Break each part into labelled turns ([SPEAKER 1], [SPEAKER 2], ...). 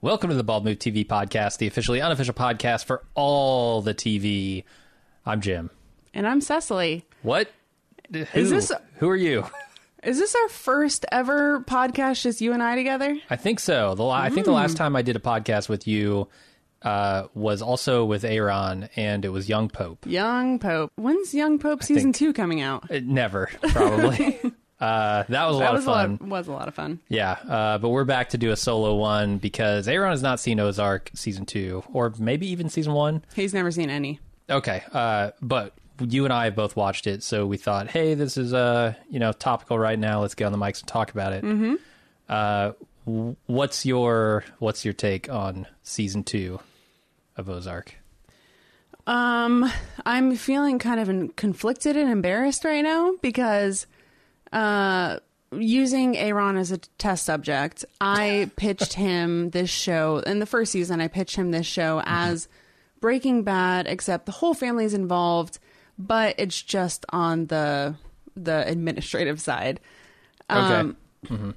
[SPEAKER 1] Welcome to the Bald Move TV podcast, the officially unofficial podcast for all the TV. I'm Jim.
[SPEAKER 2] And I'm Cecily.
[SPEAKER 1] What? Who?
[SPEAKER 2] this-
[SPEAKER 1] Who are you?
[SPEAKER 2] Is this our first ever podcast, just you and I together?
[SPEAKER 1] I think so. The la- I think the
[SPEAKER 2] Hmm.
[SPEAKER 1] last time I did a podcast with you uh, was also with Aaron, and it was Young Pope.
[SPEAKER 2] Young Pope. When's Young Pope season two coming out?
[SPEAKER 1] Uh, never, probably. uh, that was a lot
[SPEAKER 2] That
[SPEAKER 1] of
[SPEAKER 2] was a
[SPEAKER 1] fun.
[SPEAKER 2] lot, was a lot of fun.
[SPEAKER 1] Yeah, uh, but we're back to do a solo one because Aaron has not seen Ozark season two, or maybe even season one.
[SPEAKER 2] He's never seen any.
[SPEAKER 1] Okay, uh, but you and I have both watched it, so we thought, hey, this is uh, you know topical right now. Let's get on the mics and talk about it. Mm-hmm. Uh, w- what's your what's your take on season two of Ozark?
[SPEAKER 2] Um, I'm feeling kind of in- conflicted and embarrassed right now because uh, using Aaron as a test subject, I pitched him this show in the first season. I pitched him this show as Breaking Bad, except the whole family's involved, but it's just on the the administrative side.
[SPEAKER 1] Okay,
[SPEAKER 2] Um,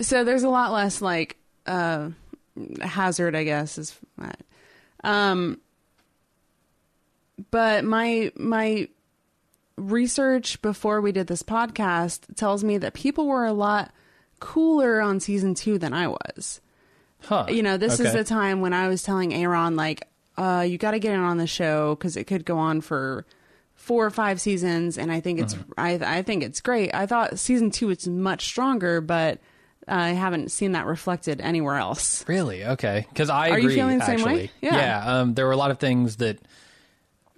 [SPEAKER 2] So there's a lot less like uh, hazard, I guess. Is um, but my my research before we did this podcast tells me that people were a lot cooler on season two than I was.
[SPEAKER 1] huh?
[SPEAKER 2] You know, this is
[SPEAKER 1] Okay.
[SPEAKER 2] the time when I was telling Aaron like, uh, you got to get in on the show because it could go on for four or five seasons, and I think it's I I think it's great. I thought season two was much stronger, but I haven't seen that reflected anywhere else.
[SPEAKER 1] Really? Okay. Because I
[SPEAKER 2] Are you
[SPEAKER 1] agree.
[SPEAKER 2] feeling the same
[SPEAKER 1] actually,
[SPEAKER 2] way?
[SPEAKER 1] Yeah.
[SPEAKER 2] Yeah.
[SPEAKER 1] um, there were a lot of things that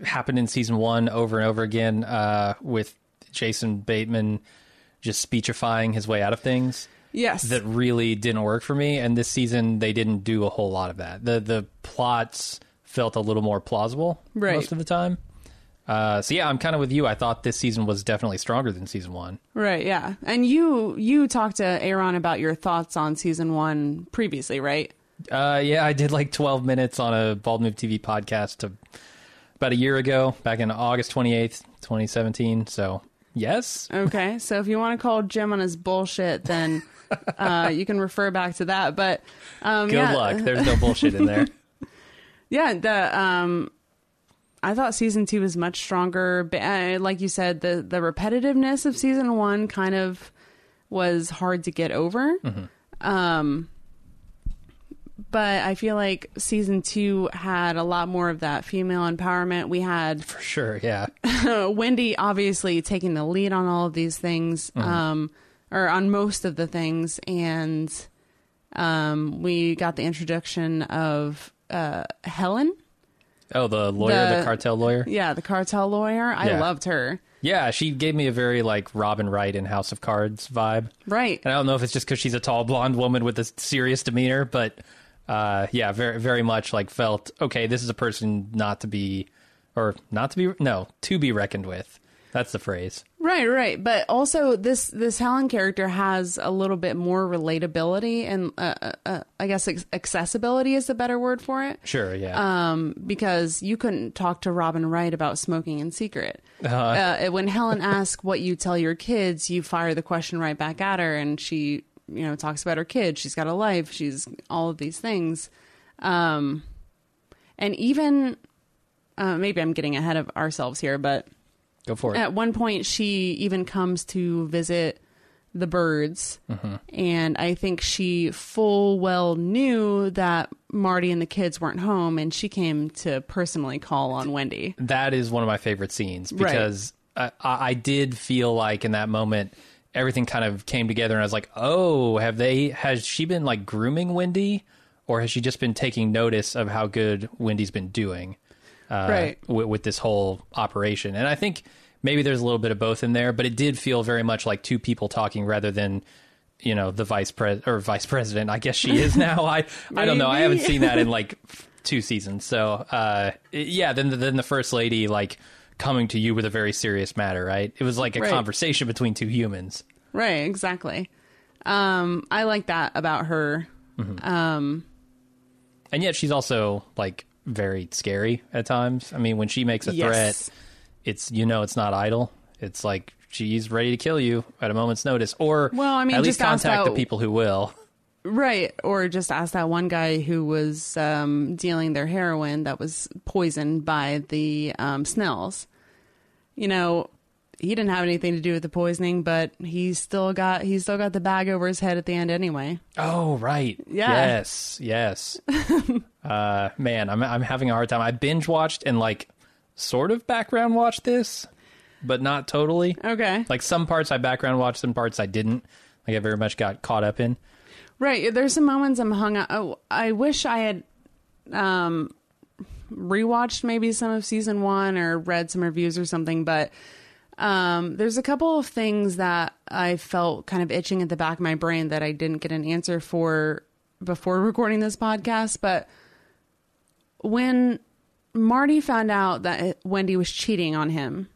[SPEAKER 1] happened in season one over and over again uh, with Jason Bateman just speechifying his way out of things
[SPEAKER 2] Yes,
[SPEAKER 1] that really didn't work for me. And this season, they didn't do a whole lot of that. the The plots felt a little more plausible
[SPEAKER 2] Right.
[SPEAKER 1] most of the time. Uh, so yeah, I'm kind of with you. I thought this season was definitely stronger than season one.
[SPEAKER 2] right, yeah. And you you talked to Aaron about your thoughts on season one previously, right?
[SPEAKER 1] Uh, yeah, I did like 12 minutes on a Bald Move TV podcast to, about a year ago, back in August 28th, 2017. So, yes.
[SPEAKER 2] Okay, so if you want to call Jim on his bullshit, then uh, you can refer back to that. But um,
[SPEAKER 1] Good
[SPEAKER 2] yeah,
[SPEAKER 1] luck. There's no bullshit in there.
[SPEAKER 2] Yeah, the um, I thought season two was much stronger. But, uh, like you said, the the repetitiveness of season one kind of was hard to get over. Um, but I feel like season two had a lot more of that female empowerment. We had
[SPEAKER 1] For sure. Yeah.
[SPEAKER 2] uh, Wendy obviously taking the lead on all of these things, um, or on most of the things, and um, we got the introduction of uh, Helen.
[SPEAKER 1] Oh, the lawyer, the,
[SPEAKER 2] The-
[SPEAKER 1] cartel lawyer.
[SPEAKER 2] Yeah, the cartel lawyer. I
[SPEAKER 1] Yeah.
[SPEAKER 2] loved her.
[SPEAKER 1] Yeah, she gave me a very like Robin Wright in House of Cards vibe.
[SPEAKER 2] Right.
[SPEAKER 1] And I don't know if it's just because she's a tall blonde woman with a serious demeanor, but uh, yeah, very very much like felt okay. This is a person not to be, or not to be, no, to be reckoned with. That's the phrase.
[SPEAKER 2] Right, right. But also this this Helen character has a little bit more relatability and uh, uh, uh, I guess ac- accessibility is the better word for it.
[SPEAKER 1] Sure. Yeah.
[SPEAKER 2] um, because you couldn't talk to Robin Wright about smoking in secret. Uh, when Helen asks what you tell your kids, you fire the question right back at her, and she, you know, talks about her kid. She's got a life. She's all of these things, um, and even uh, maybe I'm getting ahead of ourselves here, but
[SPEAKER 1] Go for it.
[SPEAKER 2] at one point she even comes to visit the birds and i think she full well knew that marty and the kids weren't home and she came to personally call on wendy
[SPEAKER 1] that is one of my favorite scenes
[SPEAKER 2] Right.
[SPEAKER 1] because I, I I did feel like in that moment everything kind of came together and I was like, oh, have they? Has she been like grooming Wendy, or has she just been taking notice of how good Wendy's been doing? Uh,
[SPEAKER 2] Right.
[SPEAKER 1] wi- with this whole operation, and I think maybe there's a little bit of both in there, but it did feel very much like two people talking rather than. You know the vice pres or vice president. I guess she is now. I I don't know. I haven't
[SPEAKER 2] Maybe.
[SPEAKER 1] seen that in like f- two seasons. So uh, yeah, then the, then the first lady like coming to you with a very serious matter, right? It was like a
[SPEAKER 2] Right.
[SPEAKER 1] conversation between two humans.
[SPEAKER 2] right exactly um i like that about her um
[SPEAKER 1] And yet she's also like very scary at times. I mean, when she makes a
[SPEAKER 2] yes
[SPEAKER 1] threat, it's you know it's not idle. It's like she's ready to kill you at a moment's notice, or
[SPEAKER 2] Well, I mean,
[SPEAKER 1] at least
[SPEAKER 2] just ask
[SPEAKER 1] contact the
[SPEAKER 2] how-
[SPEAKER 1] people who will.
[SPEAKER 2] Right. Or just ask that one guy who was um, dealing their heroin that was poisoned by the um, Snells. You know, he didn't have anything to do with the poisoning, but he still got he still got the bag over his head at the end anyway.
[SPEAKER 1] Oh right.
[SPEAKER 2] Yeah.
[SPEAKER 1] Yes. Yes. uh, man, I'm I'm having a hard time. I binge watched and like sort of background watched this, but not totally.
[SPEAKER 2] Okay.
[SPEAKER 1] Like some parts I background watched, some parts I didn't. Like I very much got caught up in.
[SPEAKER 2] Right. There's some moments I'm hung up. Oh, I wish I had um, rewatched maybe some of season one or read some reviews or something, but um, there's a couple of things that I felt kind of itching at the back of my brain that I didn't get an answer for before recording this podcast. But when Marty found out that Wendy was cheating on him,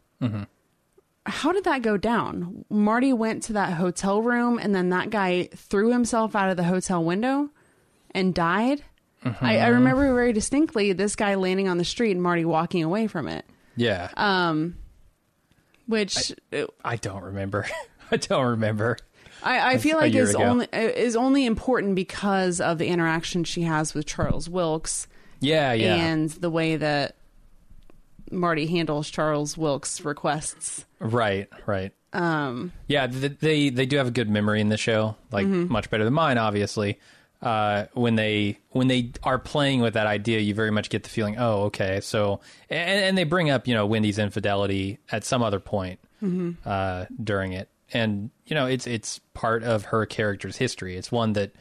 [SPEAKER 2] how did that go down? Marty went to that hotel room and then that guy threw himself out of the hotel window and died. I,
[SPEAKER 1] Mm-hmm.
[SPEAKER 2] I remember very distinctly this guy landing on the street and Marty walking away from it,
[SPEAKER 1] Yeah.
[SPEAKER 2] Uh. which I,
[SPEAKER 1] I don't remember. I don't remember.
[SPEAKER 2] I, feel
[SPEAKER 1] a
[SPEAKER 2] like
[SPEAKER 1] year
[SPEAKER 2] is
[SPEAKER 1] ago.
[SPEAKER 2] only is only important because of the interaction she has with Charles Wilkes
[SPEAKER 1] Yeah. Yeah.
[SPEAKER 2] and the way that Marty handles Charles Wilkes' requests.
[SPEAKER 1] Right, right. Um, yeah, th- they they do have a good memory in the show, like much better than mine, obviously. Uh, when they when they are playing with that idea, you very much get the feeling, oh, okay. So, and, and they bring up you know Wendy's infidelity at some other point uh, during it, and you know it's it's part of her character's history. It's one that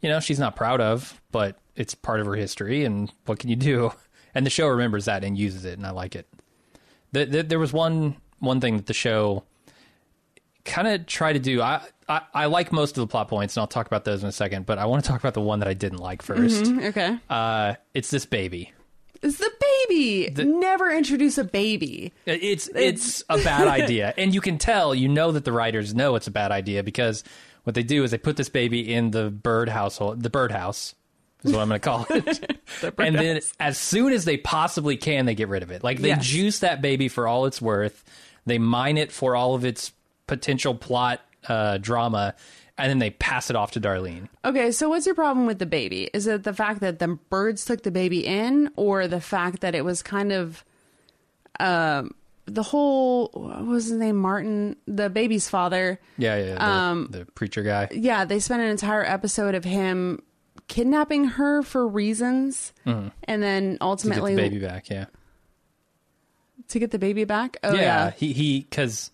[SPEAKER 1] you know she's not proud of, but it's part of her history, and what can you do? And the show remembers that and uses it, and I like it the, the, there was one one thing that the show kind of tried to do. I, I I like most of the plot points, and I'll talk about those in a second. But I want to talk about the one that I didn't like 1st
[SPEAKER 2] Okay,
[SPEAKER 1] Uh, it's this baby.
[SPEAKER 2] it's the baby. Never introduce a baby.
[SPEAKER 1] It's it's a bad idea, and you can tell. You know that the writers know it's a bad idea because what they do is they put this baby in the bird household, the birdhouse is what I'm going to call it. and then as soon as they possibly can, they get rid of it. Like they
[SPEAKER 2] Yes.
[SPEAKER 1] juice that baby for all it's worth. They mine it for all of its potential plot uh, drama, and then they pass it off to Darlene.
[SPEAKER 2] Okay, so what's your problem with the baby? Is it the fact that the birds took the baby in, or the fact that it was kind of, um, the whole what was his name Martin, the baby's father?
[SPEAKER 1] Yeah, yeah. The,
[SPEAKER 2] Um,
[SPEAKER 1] the preacher guy.
[SPEAKER 2] Yeah, they spent an entire episode of him kidnapping her for reasons, and then
[SPEAKER 1] Mm-hmm. To get
[SPEAKER 2] ultimately
[SPEAKER 1] the baby back. Yeah.
[SPEAKER 2] to get the baby back. Oh
[SPEAKER 1] yeah,
[SPEAKER 2] yeah,
[SPEAKER 1] he he because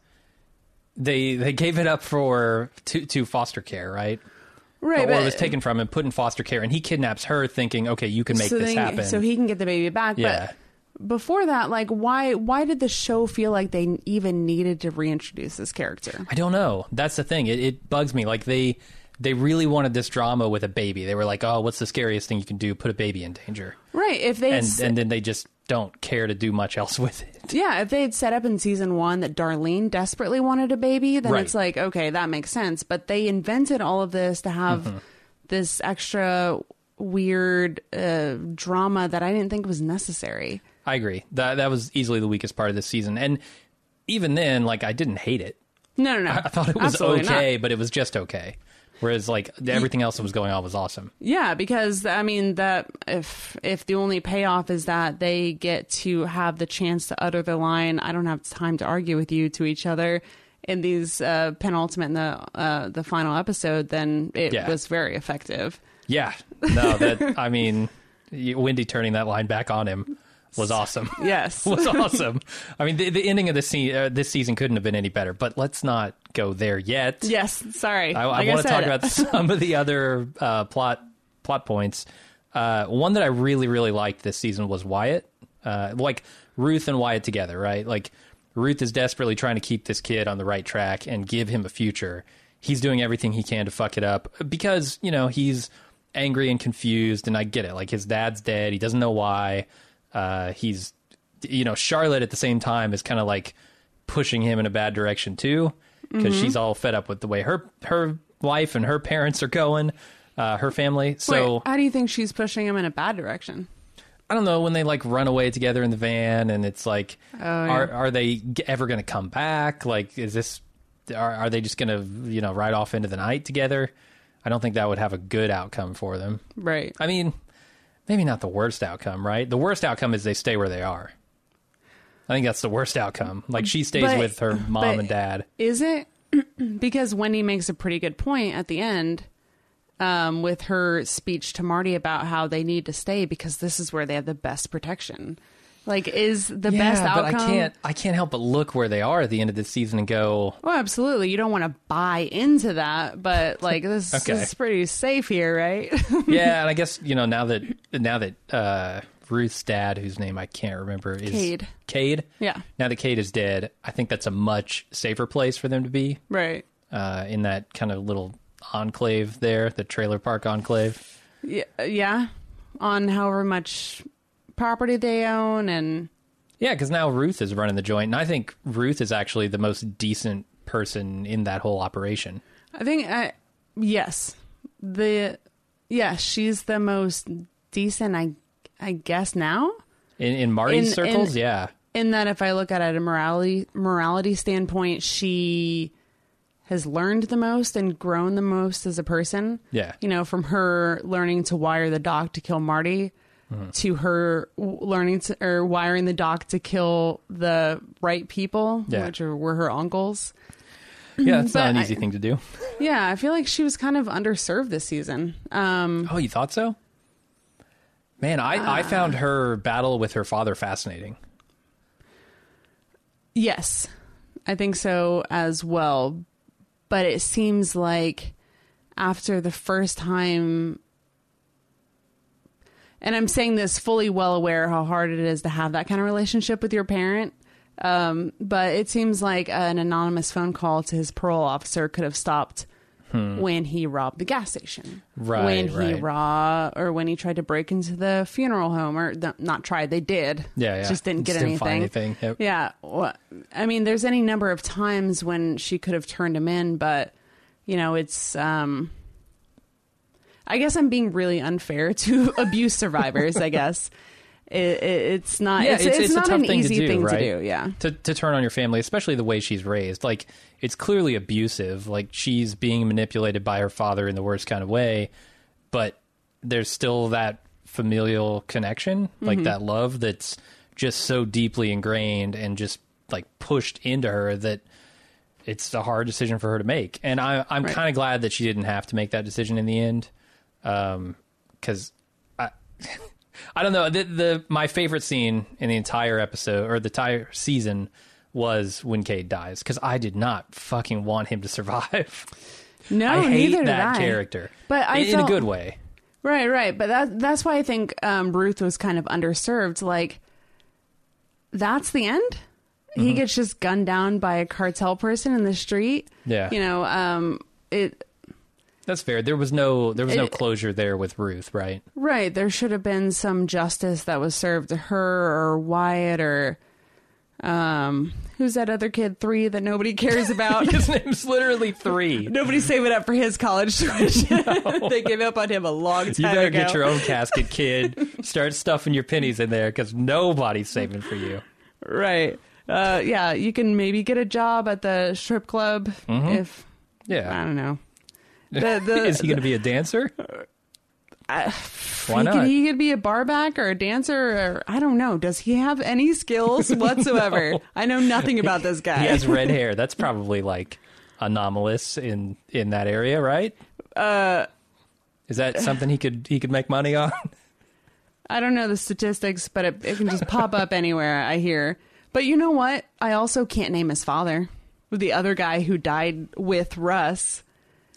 [SPEAKER 1] they they gave it up for to to foster care, right?
[SPEAKER 2] right.
[SPEAKER 1] or
[SPEAKER 2] but-
[SPEAKER 1] it was taken from him, put in foster care, and he kidnaps her, thinking, okay, you can make
[SPEAKER 2] so
[SPEAKER 1] this
[SPEAKER 2] then-
[SPEAKER 1] happen.
[SPEAKER 2] so he can get the baby back.
[SPEAKER 1] yeah,
[SPEAKER 2] But before that, like, why why did the show feel like they even needed to reintroduce this character?
[SPEAKER 1] I don't know. That's the thing. It, it bugs me. Like they they really wanted this drama with a baby. They were like, oh, what's the scariest thing you can do? Put a baby in danger,
[SPEAKER 2] Right. If they had
[SPEAKER 1] and
[SPEAKER 2] s-
[SPEAKER 1] and then they just don't care to do much else with it.
[SPEAKER 2] yeah, if they had set up in season one that Darlene desperately wanted a baby, then
[SPEAKER 1] Right.
[SPEAKER 2] it's like okay, that makes sense. But they invented all of this to have
[SPEAKER 1] Mm-hmm.
[SPEAKER 2] this extra weird uh, drama that I didn't think was necessary.
[SPEAKER 1] I agree. That that was easily the weakest part of this season, and even then, like I didn't hate it.
[SPEAKER 2] No, no, no.
[SPEAKER 1] I thought it was
[SPEAKER 2] Absolutely not.
[SPEAKER 1] okay, but it was just okay. Whereas like everything else that was going on was awesome.
[SPEAKER 2] Yeah, because I mean that if if the only payoff is that they get to have the chance to utter the line, I don't have time to argue with you to each other in these uh, penultimate and the uh, the final episode, then it
[SPEAKER 1] Yeah.
[SPEAKER 2] was very effective.
[SPEAKER 1] Yeah. No, that I mean, y- Wendy turning that line back on him was awesome.
[SPEAKER 2] Yes.
[SPEAKER 1] was awesome. I mean, the, the ending of this se- uh, this season couldn't have been any better. But let's not go there yet.
[SPEAKER 2] yes. Sorry.
[SPEAKER 1] I, I
[SPEAKER 2] Like
[SPEAKER 1] want to
[SPEAKER 2] said,
[SPEAKER 1] talk about some of the other uh, plot plot points. Uh, one that I really really liked this season was Wyatt, uh, like Ruth and Wyatt together, right? Like Ruth is desperately trying to keep this kid on the right track and give him a future. He's doing everything he can to fuck it up because you know he's angry and confused, and I get it. Like his dad's dead, he doesn't know why. Uh, he's you know Charlotte at the same time is kind of like pushing him in a bad direction too because she's all fed up with the way her her life and her parents are going, uh, her family. So
[SPEAKER 2] Wait, uh how do you think she's pushing him in a bad direction?
[SPEAKER 1] I don't know when they like run away together in the van, and it's like, are are they g- ever going to come back? Like, is this are are they just going to you know ride off into the night together? I don't think that would have a good outcome for them.
[SPEAKER 2] Right.
[SPEAKER 1] I mean, maybe not the worst outcome, right? The worst outcome is they stay where they are. I think that's the worst outcome. Like she stays
[SPEAKER 2] But-
[SPEAKER 1] with her mom
[SPEAKER 2] but-
[SPEAKER 1] and dad.
[SPEAKER 2] Is it? because Wendy makes a pretty good point at the end um, with her speech to Marty about how they need to stay because this is where they have the best protection. Like, is the best
[SPEAKER 1] but
[SPEAKER 2] outcome?
[SPEAKER 1] I can't. I can't help but look where they are at the end of the season and go,
[SPEAKER 2] Well, absolutely. You don't want to buy into that, but like this
[SPEAKER 1] Okay.
[SPEAKER 2] is pretty safe here, right?
[SPEAKER 1] yeah. And I guess you know now that now that uh, Ruth's dad, whose name I can't remember, is
[SPEAKER 2] Cade.
[SPEAKER 1] Cade.
[SPEAKER 2] Yeah.
[SPEAKER 1] Now that Cade is dead, I think that's a much safer place for them to be
[SPEAKER 2] right.
[SPEAKER 1] uh, in that kind of little enclave there, the trailer park enclave.
[SPEAKER 2] Yeah, yeah. On however much property they own, and
[SPEAKER 1] Yeah, because now Ruth is running the joint, and I think Ruth is actually the most decent person in that whole operation.
[SPEAKER 2] I think I yes, the yes she's the most decent. I I guess now
[SPEAKER 1] In, in Marty's
[SPEAKER 2] In-
[SPEAKER 1] circles,
[SPEAKER 2] in-
[SPEAKER 1] yeah.
[SPEAKER 2] in that if I look at it at a morality morality standpoint, she has learned the most and grown the most as a person.
[SPEAKER 1] Yeah.
[SPEAKER 2] You know, from her learning to wire the doc to kill Marty
[SPEAKER 1] Mm-hmm.
[SPEAKER 2] to her w- learning to or wiring the doc to kill the right people,
[SPEAKER 1] Yeah.
[SPEAKER 2] which are, were her uncles.
[SPEAKER 1] Yeah, it's not
[SPEAKER 2] Mhm, but
[SPEAKER 1] an
[SPEAKER 2] I-
[SPEAKER 1] easy thing to do.
[SPEAKER 2] Yeah, I feel like she was kind of underserved this season. Um
[SPEAKER 1] Oh, you thought so? Man, I,
[SPEAKER 2] Ah.
[SPEAKER 1] I found her battle with her father fascinating.
[SPEAKER 2] yes. I think so as well. But it seems like after the first time and I'm saying this fully well aware how hard it is to have that kind of relationship with your parent. Um, but it seems like an anonymous phone call to his parole officer could have stopped when he robbed the gas station,
[SPEAKER 1] Hmm. Right,
[SPEAKER 2] When he
[SPEAKER 1] right.
[SPEAKER 2] robbed, or when he tried to break into the funeral home, or th- not tried, they did.
[SPEAKER 1] Yeah, yeah.
[SPEAKER 2] Just didn't get
[SPEAKER 1] Just didn't find anything. Yep.
[SPEAKER 2] yeah. Well, I mean, there's any number of times when she could have turned him in, but, you know, it's. um I guess I'm being really unfair to abuse survivors, I guess. It, it, it's not.
[SPEAKER 1] Yeah,
[SPEAKER 2] it's,
[SPEAKER 1] it's-
[SPEAKER 2] it's,
[SPEAKER 1] it's a
[SPEAKER 2] not
[SPEAKER 1] tough
[SPEAKER 2] an
[SPEAKER 1] thing to
[SPEAKER 2] easy
[SPEAKER 1] do,
[SPEAKER 2] thing
[SPEAKER 1] right?
[SPEAKER 2] to do. Yeah.
[SPEAKER 1] To, to turn on your family, especially the way she's raised. Like, it's clearly abusive. Like, she's being manipulated by her father in the worst kind of way, but there's still that familial connection,
[SPEAKER 2] Mm-hmm.
[SPEAKER 1] like that love that's just so deeply ingrained and just like pushed into her that it's a hard decision for her to make. And I, I'm
[SPEAKER 2] Right.
[SPEAKER 1] kind of glad that she didn't have to make that decision in the end. Um, cause I, I don't know the, the, my favorite scene in the entire episode or the entire season was when Cade dies. Cause I did not fucking want him to survive.
[SPEAKER 2] No,
[SPEAKER 1] I hate
[SPEAKER 2] Oh, neither did
[SPEAKER 1] that
[SPEAKER 2] I.
[SPEAKER 1] character,
[SPEAKER 2] But I
[SPEAKER 1] in, in a
[SPEAKER 2] felt-
[SPEAKER 1] good way.
[SPEAKER 2] Right, right. But that that's why I think um, Ruth was kind of underserved. Like, that's the end. He
[SPEAKER 1] Mm-hmm.
[SPEAKER 2] gets just gunned down by a cartel person in the street.
[SPEAKER 1] Yeah.
[SPEAKER 2] You know, um, it
[SPEAKER 1] That's fair. There was no there was no
[SPEAKER 2] It-
[SPEAKER 1] closure there with Ruth, right?
[SPEAKER 2] right. There should have been some justice that was served to her or Wyatt or um, who's that other kid three that nobody cares about.
[SPEAKER 1] His name's literally three. You
[SPEAKER 2] Nobody's saving up for his college tuition. they gave up on him a long time ago.
[SPEAKER 1] better get your own casket, kid. Start stuffing your pennies in there because nobody's saving for you.
[SPEAKER 2] Right. Uh, yeah, you can maybe get a job at the strip club
[SPEAKER 1] Mm-hmm.
[SPEAKER 2] if I
[SPEAKER 1] Yeah.
[SPEAKER 2] don't know. The, the,
[SPEAKER 1] Is he going to be a dancer? Why
[SPEAKER 2] Uh, he
[SPEAKER 1] not?
[SPEAKER 2] Could, he could be a barback or a dancer, or I don't know. Does he have any skills whatsoever? I know nothing about this guy.
[SPEAKER 1] He has red hair. That's probably like anomalous in in that area, right? Uh, is that something he could he could make money on?
[SPEAKER 2] I don't know the statistics, but it, it can just pop up anywhere. I hear. But you know what? I also can't name his father, the other guy who died with Russ.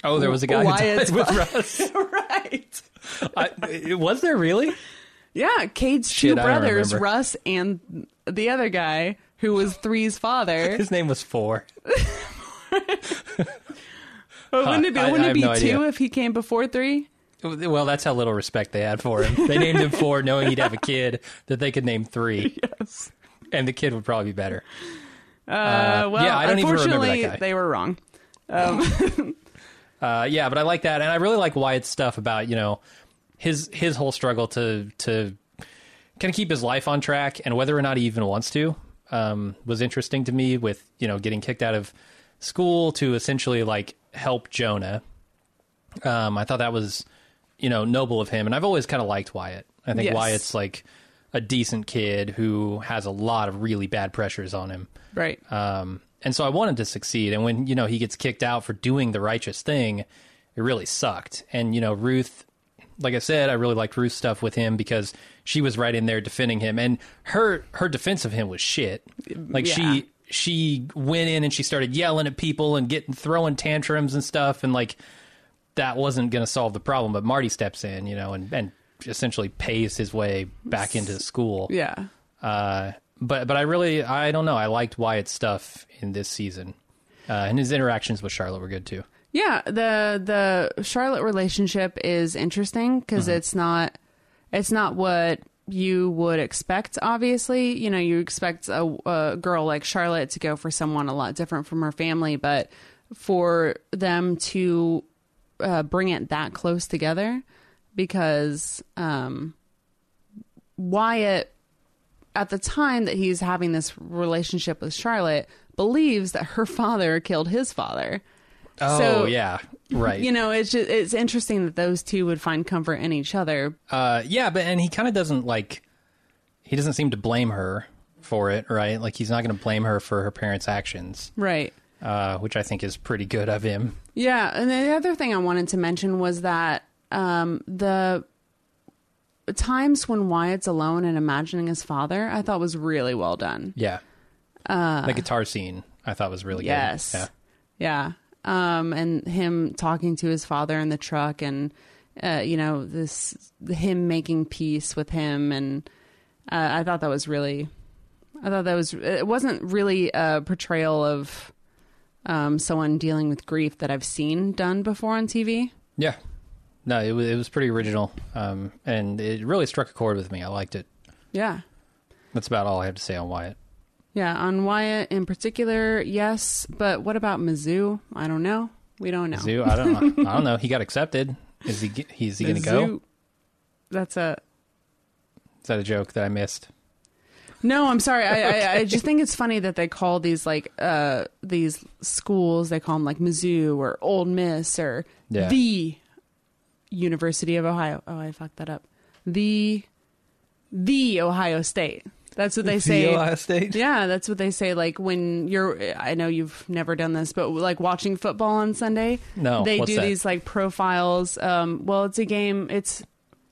[SPEAKER 1] Oh, there was a guy
[SPEAKER 2] Wyatt's
[SPEAKER 1] who died with Russ.
[SPEAKER 2] right.
[SPEAKER 1] I, was there really?
[SPEAKER 2] Yeah, Cade's
[SPEAKER 1] Shit,
[SPEAKER 2] two
[SPEAKER 1] I don't
[SPEAKER 2] brothers,
[SPEAKER 1] remember.
[SPEAKER 2] Russ and the other guy who was Three's father.
[SPEAKER 1] His name was Four.
[SPEAKER 2] But wouldn't it be,
[SPEAKER 1] I- I
[SPEAKER 2] wouldn't
[SPEAKER 1] have
[SPEAKER 2] it be
[SPEAKER 1] no
[SPEAKER 2] two
[SPEAKER 1] idea.
[SPEAKER 2] if he came before three?
[SPEAKER 1] Well, that's how little respect they had for him. They named him four, knowing he'd have a kid that they could name three,
[SPEAKER 2] Yes.
[SPEAKER 1] and the kid would probably be better.
[SPEAKER 2] Uh, well,
[SPEAKER 1] yeah, I don't even remember that
[SPEAKER 2] unfortunately,
[SPEAKER 1] guy.
[SPEAKER 2] they were wrong.
[SPEAKER 1] Uh, yeah, but I like that, and I really like Wyatt's stuff about you know his his whole struggle to to kind of keep his life on track, and whether or not he even wants to um, was interesting to me. With you know getting kicked out of school to essentially like help Jonah, Um, I thought that was, you know, noble of him, and I've always kind of liked Wyatt. I think
[SPEAKER 2] Yes.
[SPEAKER 1] Wyatt's like a decent kid who has a lot of really bad pressures on him.
[SPEAKER 2] Right.
[SPEAKER 1] Um, and so I wanted to succeed. And when, you know, he gets kicked out for doing the righteous thing, it really sucked. And, you know, Ruth, like I said, I really liked Ruth's stuff with him because she was right in there defending him. And her her defense of him was shit. Like
[SPEAKER 2] Yeah.
[SPEAKER 1] she she went in and she started yelling at people and getting throwing tantrums and stuff and like that wasn't going to solve the problem but Marty steps in you know and and essentially pays his way back into the school
[SPEAKER 2] yeah.
[SPEAKER 1] uh, but but I really I don't know. I liked Wyatt's stuff in this season, uh, and his interactions with Charlotte were good too.
[SPEAKER 2] Yeah, the the Charlotte relationship is interesting because it's not it's not what you would expect. Obviously, you know you expect a, a girl like Charlotte to go for someone a lot different from her family, but for them to uh, bring it that close together, because um, Wyatt at the time that he's having this relationship with Charlotte believes that her father killed his father.
[SPEAKER 1] Oh
[SPEAKER 2] So-
[SPEAKER 1] yeah, right.
[SPEAKER 2] You know, it's just, it's interesting that those two would find comfort in each other.
[SPEAKER 1] uh, yeah, but and he kind of doesn't like he doesn't seem to blame her for it, right? Like he's not going to blame her for her parents' actions,
[SPEAKER 2] Right.
[SPEAKER 1] uh, which I think is pretty good of him.
[SPEAKER 2] Yeah, and the other thing I wanted to mention was that um, the times when Wyatt's alone and imagining his father, I thought was really well done.
[SPEAKER 1] Yeah, uh, the guitar scene I thought was really
[SPEAKER 2] Yes.
[SPEAKER 1] good. Yeah.
[SPEAKER 2] Yeah. Um, and him talking to his father in the truck and, uh, you know, this, him making peace with him. And uh, I thought that was really, I thought that was, it wasn't really a portrayal of um, someone dealing with grief that I've seen done before on TV.
[SPEAKER 1] Yeah. No, it was it was pretty original, um, and it really struck a chord with me. I liked it.
[SPEAKER 2] Yeah.
[SPEAKER 1] That's about all I have to say on Wyatt.
[SPEAKER 2] Yeah. On Wyatt in particular, yes. But what about Mizzou? I don't know. We don't know.
[SPEAKER 1] Zoo? I don't know. I don't know. He got accepted. Is he? Is he going to go?
[SPEAKER 2] Mizzou- That's a,
[SPEAKER 1] Is that a joke that I missed?
[SPEAKER 2] No, I'm sorry. I, I, I just think it's funny that they call these like uh these schools they call them like Mizzou or Old Miss or
[SPEAKER 1] Yeah.
[SPEAKER 2] the University of Ohio. Oh, I fucked that up. The the Ohio State. That's what they say.
[SPEAKER 1] State.
[SPEAKER 2] Yeah, that's what they say. Like when you're, I know you've never done this, but like watching football on Sunday,
[SPEAKER 1] No,
[SPEAKER 2] they
[SPEAKER 1] Oh, what's
[SPEAKER 2] do
[SPEAKER 1] that?
[SPEAKER 2] these like profiles. Um, well, it's a game. It's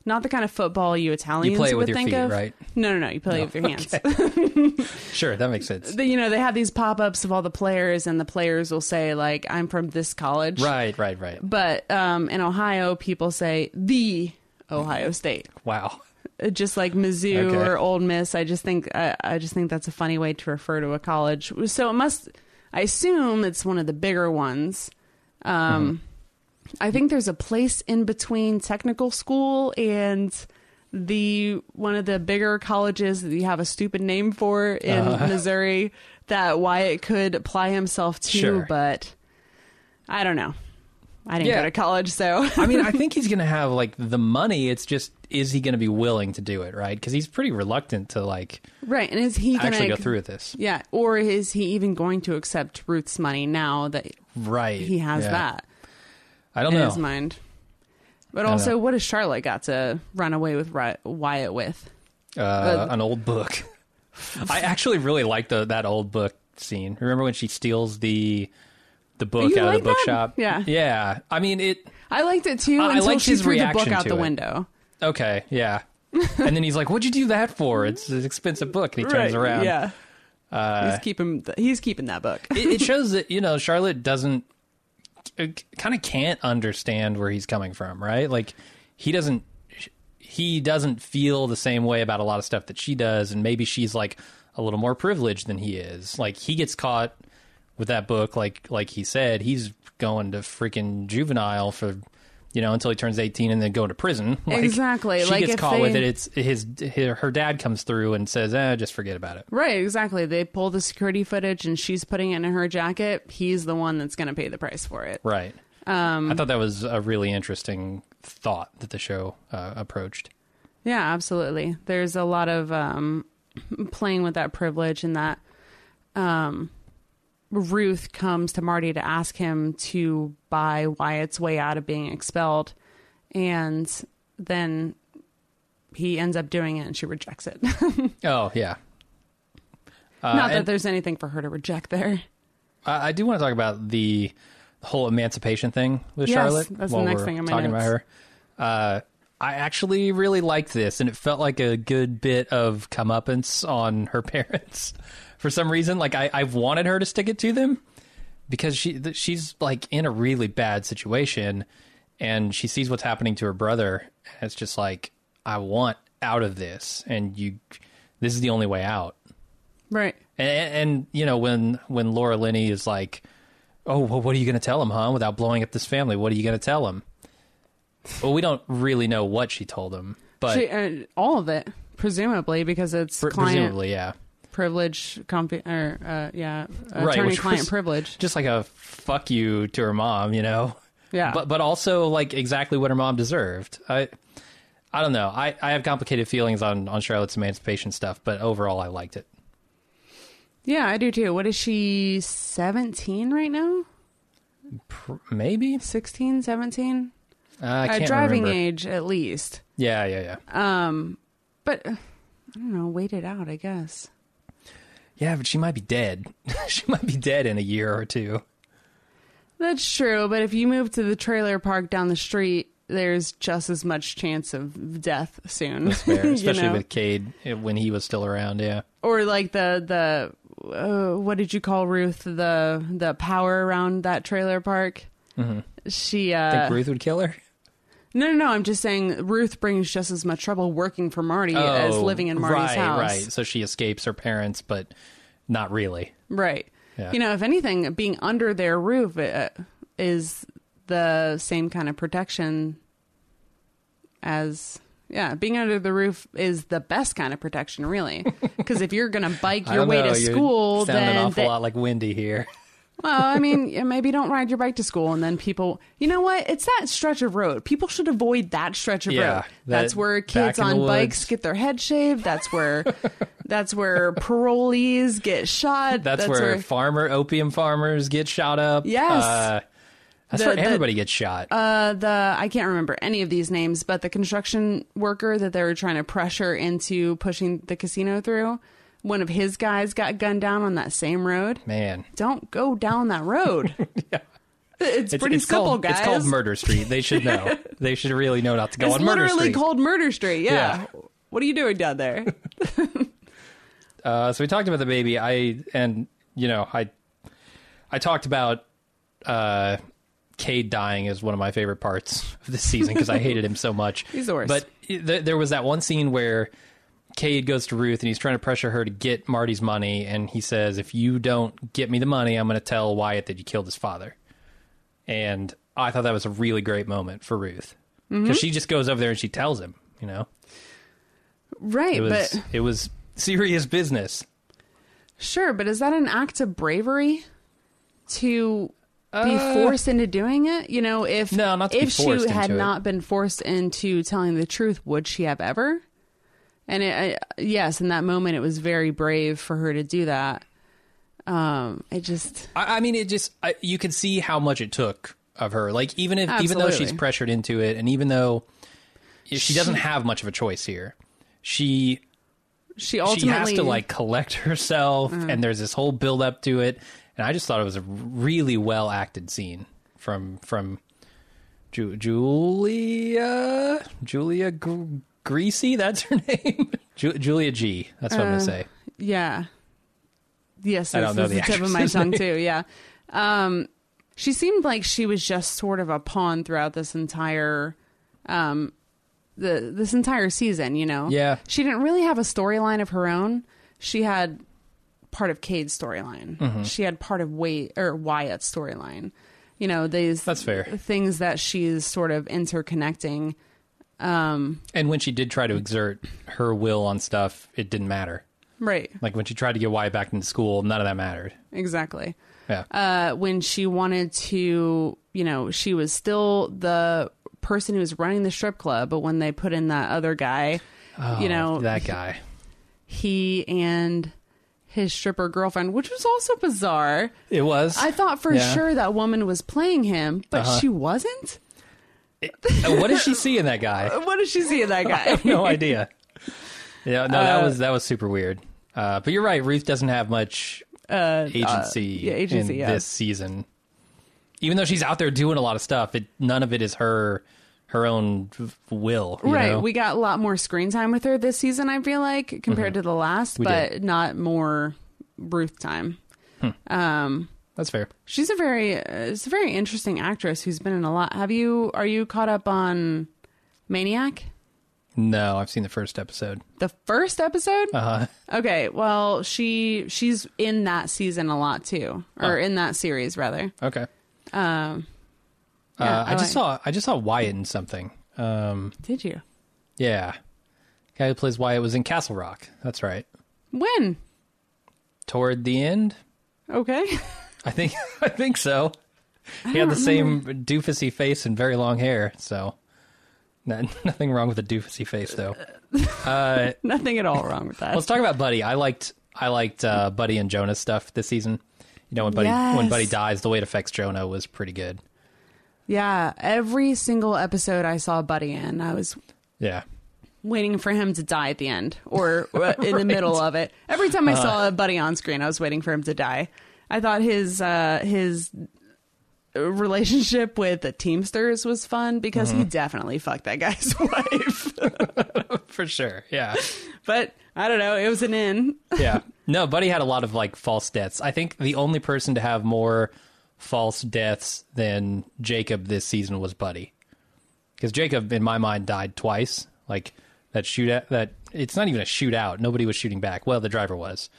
[SPEAKER 2] not the kind of football you Italians
[SPEAKER 1] play it
[SPEAKER 2] would
[SPEAKER 1] with your
[SPEAKER 2] think
[SPEAKER 1] feet,
[SPEAKER 2] of,
[SPEAKER 1] right?
[SPEAKER 2] No, no, no. You play it with your hands.
[SPEAKER 1] Sure, that makes sense.
[SPEAKER 2] The- you know, they have these pop ups of all the players, and the players will say like, "I'm from this college,"
[SPEAKER 1] Right, right, right.
[SPEAKER 2] but um, in Ohio, people say the Ohio State,
[SPEAKER 1] Wow.
[SPEAKER 2] Uh, just like Mizzou
[SPEAKER 1] Okay.
[SPEAKER 2] or Old Miss. I just think I, I just think that's a funny way to refer to a college. So it must. I assume it's one of the bigger ones.
[SPEAKER 1] Mm-hmm.
[SPEAKER 2] Um, I think there's a place in between technical school and the one of the bigger colleges that you have a stupid name for in
[SPEAKER 1] Uh-huh.
[SPEAKER 2] Missouri that Wyatt could apply himself to,
[SPEAKER 1] Sure.
[SPEAKER 2] but I don't know. I didn't
[SPEAKER 1] Yeah.
[SPEAKER 2] go to college, so
[SPEAKER 1] I mean, I think he's going to have like the money. It's just, is he going to be willing to do it? Right? Because he's pretty reluctant to like
[SPEAKER 2] right. And is he gonna
[SPEAKER 1] actually go through with this.
[SPEAKER 2] Yeah, or is he even going to accept Ruth's money now that
[SPEAKER 1] Right.
[SPEAKER 2] he has
[SPEAKER 1] Yeah.
[SPEAKER 2] that
[SPEAKER 1] I don't
[SPEAKER 2] in
[SPEAKER 1] know.
[SPEAKER 2] his mind? But
[SPEAKER 1] don't
[SPEAKER 2] also,
[SPEAKER 1] know.
[SPEAKER 2] what has Charlotte got to run away with Ry- Wyatt with?
[SPEAKER 1] Uh, an old book. I actually really like the that old book scene. Remember when she steals the the book
[SPEAKER 2] You
[SPEAKER 1] out
[SPEAKER 2] like
[SPEAKER 1] of the
[SPEAKER 2] that?
[SPEAKER 1] bookshop?
[SPEAKER 2] Yeah.
[SPEAKER 1] Yeah. I mean, it.
[SPEAKER 2] I liked it too
[SPEAKER 1] I- I
[SPEAKER 2] until
[SPEAKER 1] liked
[SPEAKER 2] she
[SPEAKER 1] his
[SPEAKER 2] threw the book
[SPEAKER 1] reaction
[SPEAKER 2] out
[SPEAKER 1] to
[SPEAKER 2] the
[SPEAKER 1] it.
[SPEAKER 2] window.
[SPEAKER 1] okay, yeah. and then he's like, "What'd you do that for? It's an expensive book." And he turns around. Uh,
[SPEAKER 2] Yeah. he's keeping th- he's keeping that book.
[SPEAKER 1] it, it shows that you know Charlotte doesn't kind of can't understand where he's coming from, right? Like he doesn't he doesn't feel the same way about a lot of stuff that she does, and maybe she's like a little more privileged than he is. Like he gets caught with that book, like like he said, he's going to freaking juvenile for. You know, until he turns eighteen and then going to prison. Like,
[SPEAKER 2] Exactly.
[SPEAKER 1] She
[SPEAKER 2] Like,
[SPEAKER 1] gets
[SPEAKER 2] if
[SPEAKER 1] caught
[SPEAKER 2] they-
[SPEAKER 1] with it. It's his, his. Her dad comes through and says, "Eh, just forget about it."
[SPEAKER 2] Right, exactly. They pull the security footage and she's putting it in her jacket. He's the one that's going to pay the price for it.
[SPEAKER 1] Right. Um, I thought that was a really interesting thought that the show uh, approached.
[SPEAKER 2] Yeah, absolutely. There's a lot of um, playing with that privilege and that um, Ruth comes to Marty to ask him to buy Wyatt's way out of being expelled, and then he ends up doing it, and she rejects it.
[SPEAKER 1] Oh yeah. Uh,
[SPEAKER 2] Not that
[SPEAKER 1] and
[SPEAKER 2] there's anything for her to reject there.
[SPEAKER 1] I, I do want to talk about the whole emancipation thing with
[SPEAKER 2] Yes,
[SPEAKER 1] Charlotte.
[SPEAKER 2] that's the
[SPEAKER 1] while
[SPEAKER 2] next
[SPEAKER 1] we're
[SPEAKER 2] thing on my
[SPEAKER 1] talking about her.
[SPEAKER 2] notes.
[SPEAKER 1] Uh, I actually really liked this, and it felt like a good bit of comeuppance on her parents. For some reason, like I, I've wanted her to stick it to them because she th- she's like in a really bad situation, and she sees what's happening to her brother, and it's just like I want out of this, and you, this is the only way out.
[SPEAKER 2] Right.
[SPEAKER 1] And, and you know when when Laura Linney is like, "Oh, well, what are you going to tell him, huh? Without blowing up this family, what are you going to tell him?" Well, we don't really know what she told him, but
[SPEAKER 2] She, uh, all of it, presumably, because it's
[SPEAKER 1] pre-
[SPEAKER 2] client
[SPEAKER 1] presumably, yeah,
[SPEAKER 2] privilege, confi- or uh, yeah,
[SPEAKER 1] Right,
[SPEAKER 2] attorney
[SPEAKER 1] which
[SPEAKER 2] client
[SPEAKER 1] was-
[SPEAKER 2] privilege.
[SPEAKER 1] just like a fuck you to her mom, you know.
[SPEAKER 2] Yeah.
[SPEAKER 1] But but also like exactly what her mom deserved. I I don't know. I, I have complicated feelings on on Charlotte's emancipation stuff, but overall, I liked it.
[SPEAKER 2] yeah, I do too. What is she, 17 right now?
[SPEAKER 1] Pr- Maybe
[SPEAKER 2] 16, 17?
[SPEAKER 1] I
[SPEAKER 2] Uh,
[SPEAKER 1] can't
[SPEAKER 2] driving
[SPEAKER 1] remember.
[SPEAKER 2] age, Uh, at least.
[SPEAKER 1] Yeah, yeah, yeah.
[SPEAKER 2] But uh, I don't know, wait it out, I guess.
[SPEAKER 1] Yeah, but she might be dead. she might be dead in a year or two.
[SPEAKER 2] That's true, but if you move to the trailer park down the street, there's just as much chance of death soon.
[SPEAKER 1] Fair,
[SPEAKER 2] you
[SPEAKER 1] especially
[SPEAKER 2] know?
[SPEAKER 1] with Cade eh, when he was still around. Yeah,
[SPEAKER 2] or like the the uh, what did you call Ruth the the power around that trailer park? She uh,
[SPEAKER 1] Mm-hmm. think Ruth would kill her.
[SPEAKER 2] no no no. I'm just saying Ruth brings just as much trouble working for Marty as living in Marty's
[SPEAKER 1] Oh, right,
[SPEAKER 2] house.
[SPEAKER 1] Right, so she escapes her parents, but not really.
[SPEAKER 2] Right.
[SPEAKER 1] Yeah.
[SPEAKER 2] You know, if anything, being under their roof uh, is the same kind of protection as yeah, being under the roof is the best kind of protection, really. Because if you're going to bike
[SPEAKER 1] I
[SPEAKER 2] your
[SPEAKER 1] don't
[SPEAKER 2] way
[SPEAKER 1] know,
[SPEAKER 2] to
[SPEAKER 1] you
[SPEAKER 2] school,
[SPEAKER 1] sound
[SPEAKER 2] then
[SPEAKER 1] an awful
[SPEAKER 2] they-
[SPEAKER 1] lot like Wendy here.
[SPEAKER 2] well, I mean, yeah, maybe don't ride your bike to school, and then people, you know what? It's that stretch of road. People should avoid that stretch of
[SPEAKER 1] Yeah,
[SPEAKER 2] road.
[SPEAKER 1] that-
[SPEAKER 2] That's where
[SPEAKER 1] back
[SPEAKER 2] kids
[SPEAKER 1] in the
[SPEAKER 2] on bikes
[SPEAKER 1] woods.
[SPEAKER 2] get their head shaved. That's where, that's where parolees get shot.
[SPEAKER 1] That's, where, farmer opium farmers get shot up.
[SPEAKER 2] Yes.
[SPEAKER 1] uh, that's
[SPEAKER 2] The-
[SPEAKER 1] where
[SPEAKER 2] the-
[SPEAKER 1] everybody gets shot.
[SPEAKER 2] uh, the I can't remember any of these names, but the construction worker that they were trying to pressure into pushing the casino through, one of his guys got gunned down on that same road.
[SPEAKER 1] Man,
[SPEAKER 2] Don't go down that road. It's, pretty simple,
[SPEAKER 1] called,
[SPEAKER 2] guys.
[SPEAKER 1] It's called Murder Street. They should know. they should really know not to go
[SPEAKER 2] It's
[SPEAKER 1] on Murder
[SPEAKER 2] literally
[SPEAKER 1] Street.
[SPEAKER 2] called Murder Street. Yeah.
[SPEAKER 1] Yeah.
[SPEAKER 2] What are you doing down there?
[SPEAKER 1] Uh, so we talked about the baby. I and you know I I talked about uh, Cade dying as one of my favorite parts of this season because I hated him so much.
[SPEAKER 2] He's the worst.
[SPEAKER 1] But th- there was that one scene where Cade goes to Ruth and he's trying to pressure her to get Marty's money, and he says, "If you don't get me the money, I'm going to tell Wyatt that you killed his father." And I thought that was a really great moment for Ruth because
[SPEAKER 2] Mm-hmm.
[SPEAKER 1] she just goes over there and she tells him, you know,
[SPEAKER 2] right,
[SPEAKER 1] it was
[SPEAKER 2] but
[SPEAKER 1] it was serious business.
[SPEAKER 2] sure, but is that an act of bravery to be forced into doing it? You know, if
[SPEAKER 1] No, not to be
[SPEAKER 2] if she
[SPEAKER 1] forced
[SPEAKER 2] had
[SPEAKER 1] into it.
[SPEAKER 2] not been forced into telling the truth, would she have ever? And it, I, yes, in that moment, it was very brave for her to do that. Um, it just
[SPEAKER 1] I, I mean, it just I, you can see how much it took of her. Like even if even though
[SPEAKER 2] Absolutely.
[SPEAKER 1] she's pressured into it, and even though she doesn't have much of a choice here, she
[SPEAKER 2] she ultimately Mm.
[SPEAKER 1] she has to like collect herself, and there's this whole build up to it. And I just thought it was a really well acted scene from from Ju- Julia Julia Gr- Greasy. That's her name. Ju- Julia G. That's what I'm
[SPEAKER 2] Uh,
[SPEAKER 1] gonna say.
[SPEAKER 2] Yeah. Yes,
[SPEAKER 1] I
[SPEAKER 2] this
[SPEAKER 1] don't know
[SPEAKER 2] is
[SPEAKER 1] the
[SPEAKER 2] the tip of my
[SPEAKER 1] actress's
[SPEAKER 2] tongue too. Yeah. Um, she seemed like she was just sort of a pawn throughout this entire, um, the this entire season. You know.
[SPEAKER 1] Yeah.
[SPEAKER 2] She didn't really have a storyline of her own. She had part of Cade's storyline.
[SPEAKER 1] Mm-hmm.
[SPEAKER 2] She had part of Wait or Wyatt's storyline. You know these.
[SPEAKER 1] That's fair.
[SPEAKER 2] Things that she's sort of interconnecting.
[SPEAKER 1] And when she did try to exert her will on stuff, it didn't matter.
[SPEAKER 2] Right.
[SPEAKER 1] Like when she tried to get Wyatt back into school, none of that mattered.
[SPEAKER 2] Exactly.
[SPEAKER 1] Yeah.
[SPEAKER 2] uh, when she wanted to, you know, she was still the person who was running the strip club, but when they put
[SPEAKER 1] Oh,
[SPEAKER 2] oh. in that other guy, you know,
[SPEAKER 1] that guy.
[SPEAKER 2] he and his stripper girlfriend, which was also bizarre.
[SPEAKER 1] It was.
[SPEAKER 2] I thought for
[SPEAKER 1] Yeah. Uh-huh.
[SPEAKER 2] sure that woman was playing him, but she wasn't.
[SPEAKER 1] Uh, what did she see in that guy?
[SPEAKER 2] What did she see in that guy?
[SPEAKER 1] no idea. Uh, Yeah, no, that was that was super weird. Uh, but you're right. Reith doesn't have much agency,
[SPEAKER 2] Uh, yeah, agency,
[SPEAKER 1] in
[SPEAKER 2] yeah.
[SPEAKER 1] this season. Even though she's out there doing a lot of stuff, it, none of it is her her own v- will. you
[SPEAKER 2] right.
[SPEAKER 1] know?
[SPEAKER 2] We got a lot more screen time with her this season, I feel like, compared to the last,
[SPEAKER 1] Mm-hmm. We
[SPEAKER 2] but
[SPEAKER 1] did.
[SPEAKER 2] not more Ruth time. Um,
[SPEAKER 1] that's fair.
[SPEAKER 2] she's a very, uh, it's a very interesting actress who's been in a lot. Have you, are you caught up on Maniac?
[SPEAKER 1] No, I've seen the first episode.
[SPEAKER 2] The first episode?
[SPEAKER 1] Uh,
[SPEAKER 2] Okay, well, she she's in that season a lot too, or in that series rather.
[SPEAKER 1] okay.
[SPEAKER 2] Um,
[SPEAKER 1] uh, I just saw I just saw Wyatt in something. Um,
[SPEAKER 2] Did you?
[SPEAKER 1] yeah, guy who plays Wyatt was in Castle Rock. That's right.
[SPEAKER 2] When?
[SPEAKER 1] Toward the end,
[SPEAKER 2] Okay.
[SPEAKER 1] I think I think so. He had the same doofusy face and very long hair, so no- nothing wrong with a doofusy face though. Uh,
[SPEAKER 2] Nothing at all wrong with that.
[SPEAKER 1] let's talk about Buddy. I liked I liked uh, Buddy and Jonah's stuff this season. You know when Buddy when
[SPEAKER 2] Yes.
[SPEAKER 1] Buddy dies, the way it affects Jonah was pretty good.
[SPEAKER 2] yeah, every single episode I saw Buddy in, I was
[SPEAKER 1] Yeah,
[SPEAKER 2] waiting for him to die at the end or uh, in the middle of it. Every time I
[SPEAKER 1] Uh.
[SPEAKER 2] saw Buddy on screen, I was waiting for him to die. I thought his uh, his relationship with the Teamsters was fun because
[SPEAKER 1] Mm-hmm.
[SPEAKER 2] he definitely fucked that guy's wife.
[SPEAKER 1] for sure. Yeah.
[SPEAKER 2] But I don't know, it was an in.
[SPEAKER 1] yeah. No, Buddy had a lot of like false deaths. I think the only person to have more false deaths than Jacob this season was Buddy. Because Jacob, in my mind, died twice. Like that shootout. That it's not even a shootout. Nobody was shooting back. Well, the driver was,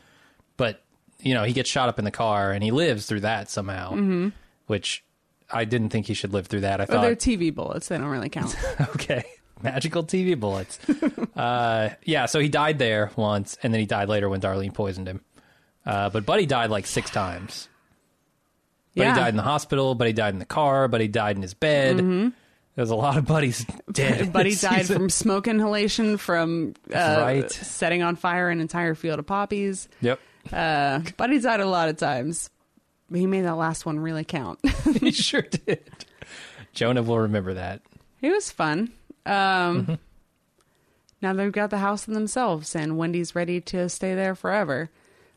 [SPEAKER 1] but you know he gets shot up in the car and he lives through that somehow. Which I didn't think he should live through that. I
[SPEAKER 2] But
[SPEAKER 1] thought
[SPEAKER 2] they're TV bullets, they don't really count.
[SPEAKER 1] Okay. Magical TV bullets. uh, yeah, so he died there once, and then he died later when Darlene poisoned him. Uh, but Buddy died like six times. But
[SPEAKER 2] yeah.
[SPEAKER 1] he died in the hospital, but he died in the car, but he died in his bed. There's a lot of buddies dead.
[SPEAKER 2] Mm-hmm. Buddy
[SPEAKER 1] this
[SPEAKER 2] died
[SPEAKER 1] season.
[SPEAKER 2] from smoke inhalation, from uh,
[SPEAKER 1] Right.
[SPEAKER 2] setting on fire an entire field of poppies.
[SPEAKER 1] Yep.
[SPEAKER 2] Uh, Buddy died a lot of times. He made that last one really count.
[SPEAKER 1] he sure did. Jonah will remember that.
[SPEAKER 2] It was fun. Um,
[SPEAKER 1] Mm-hmm.
[SPEAKER 2] Now they've got the house to themselves, and Wendy's ready to stay there forever.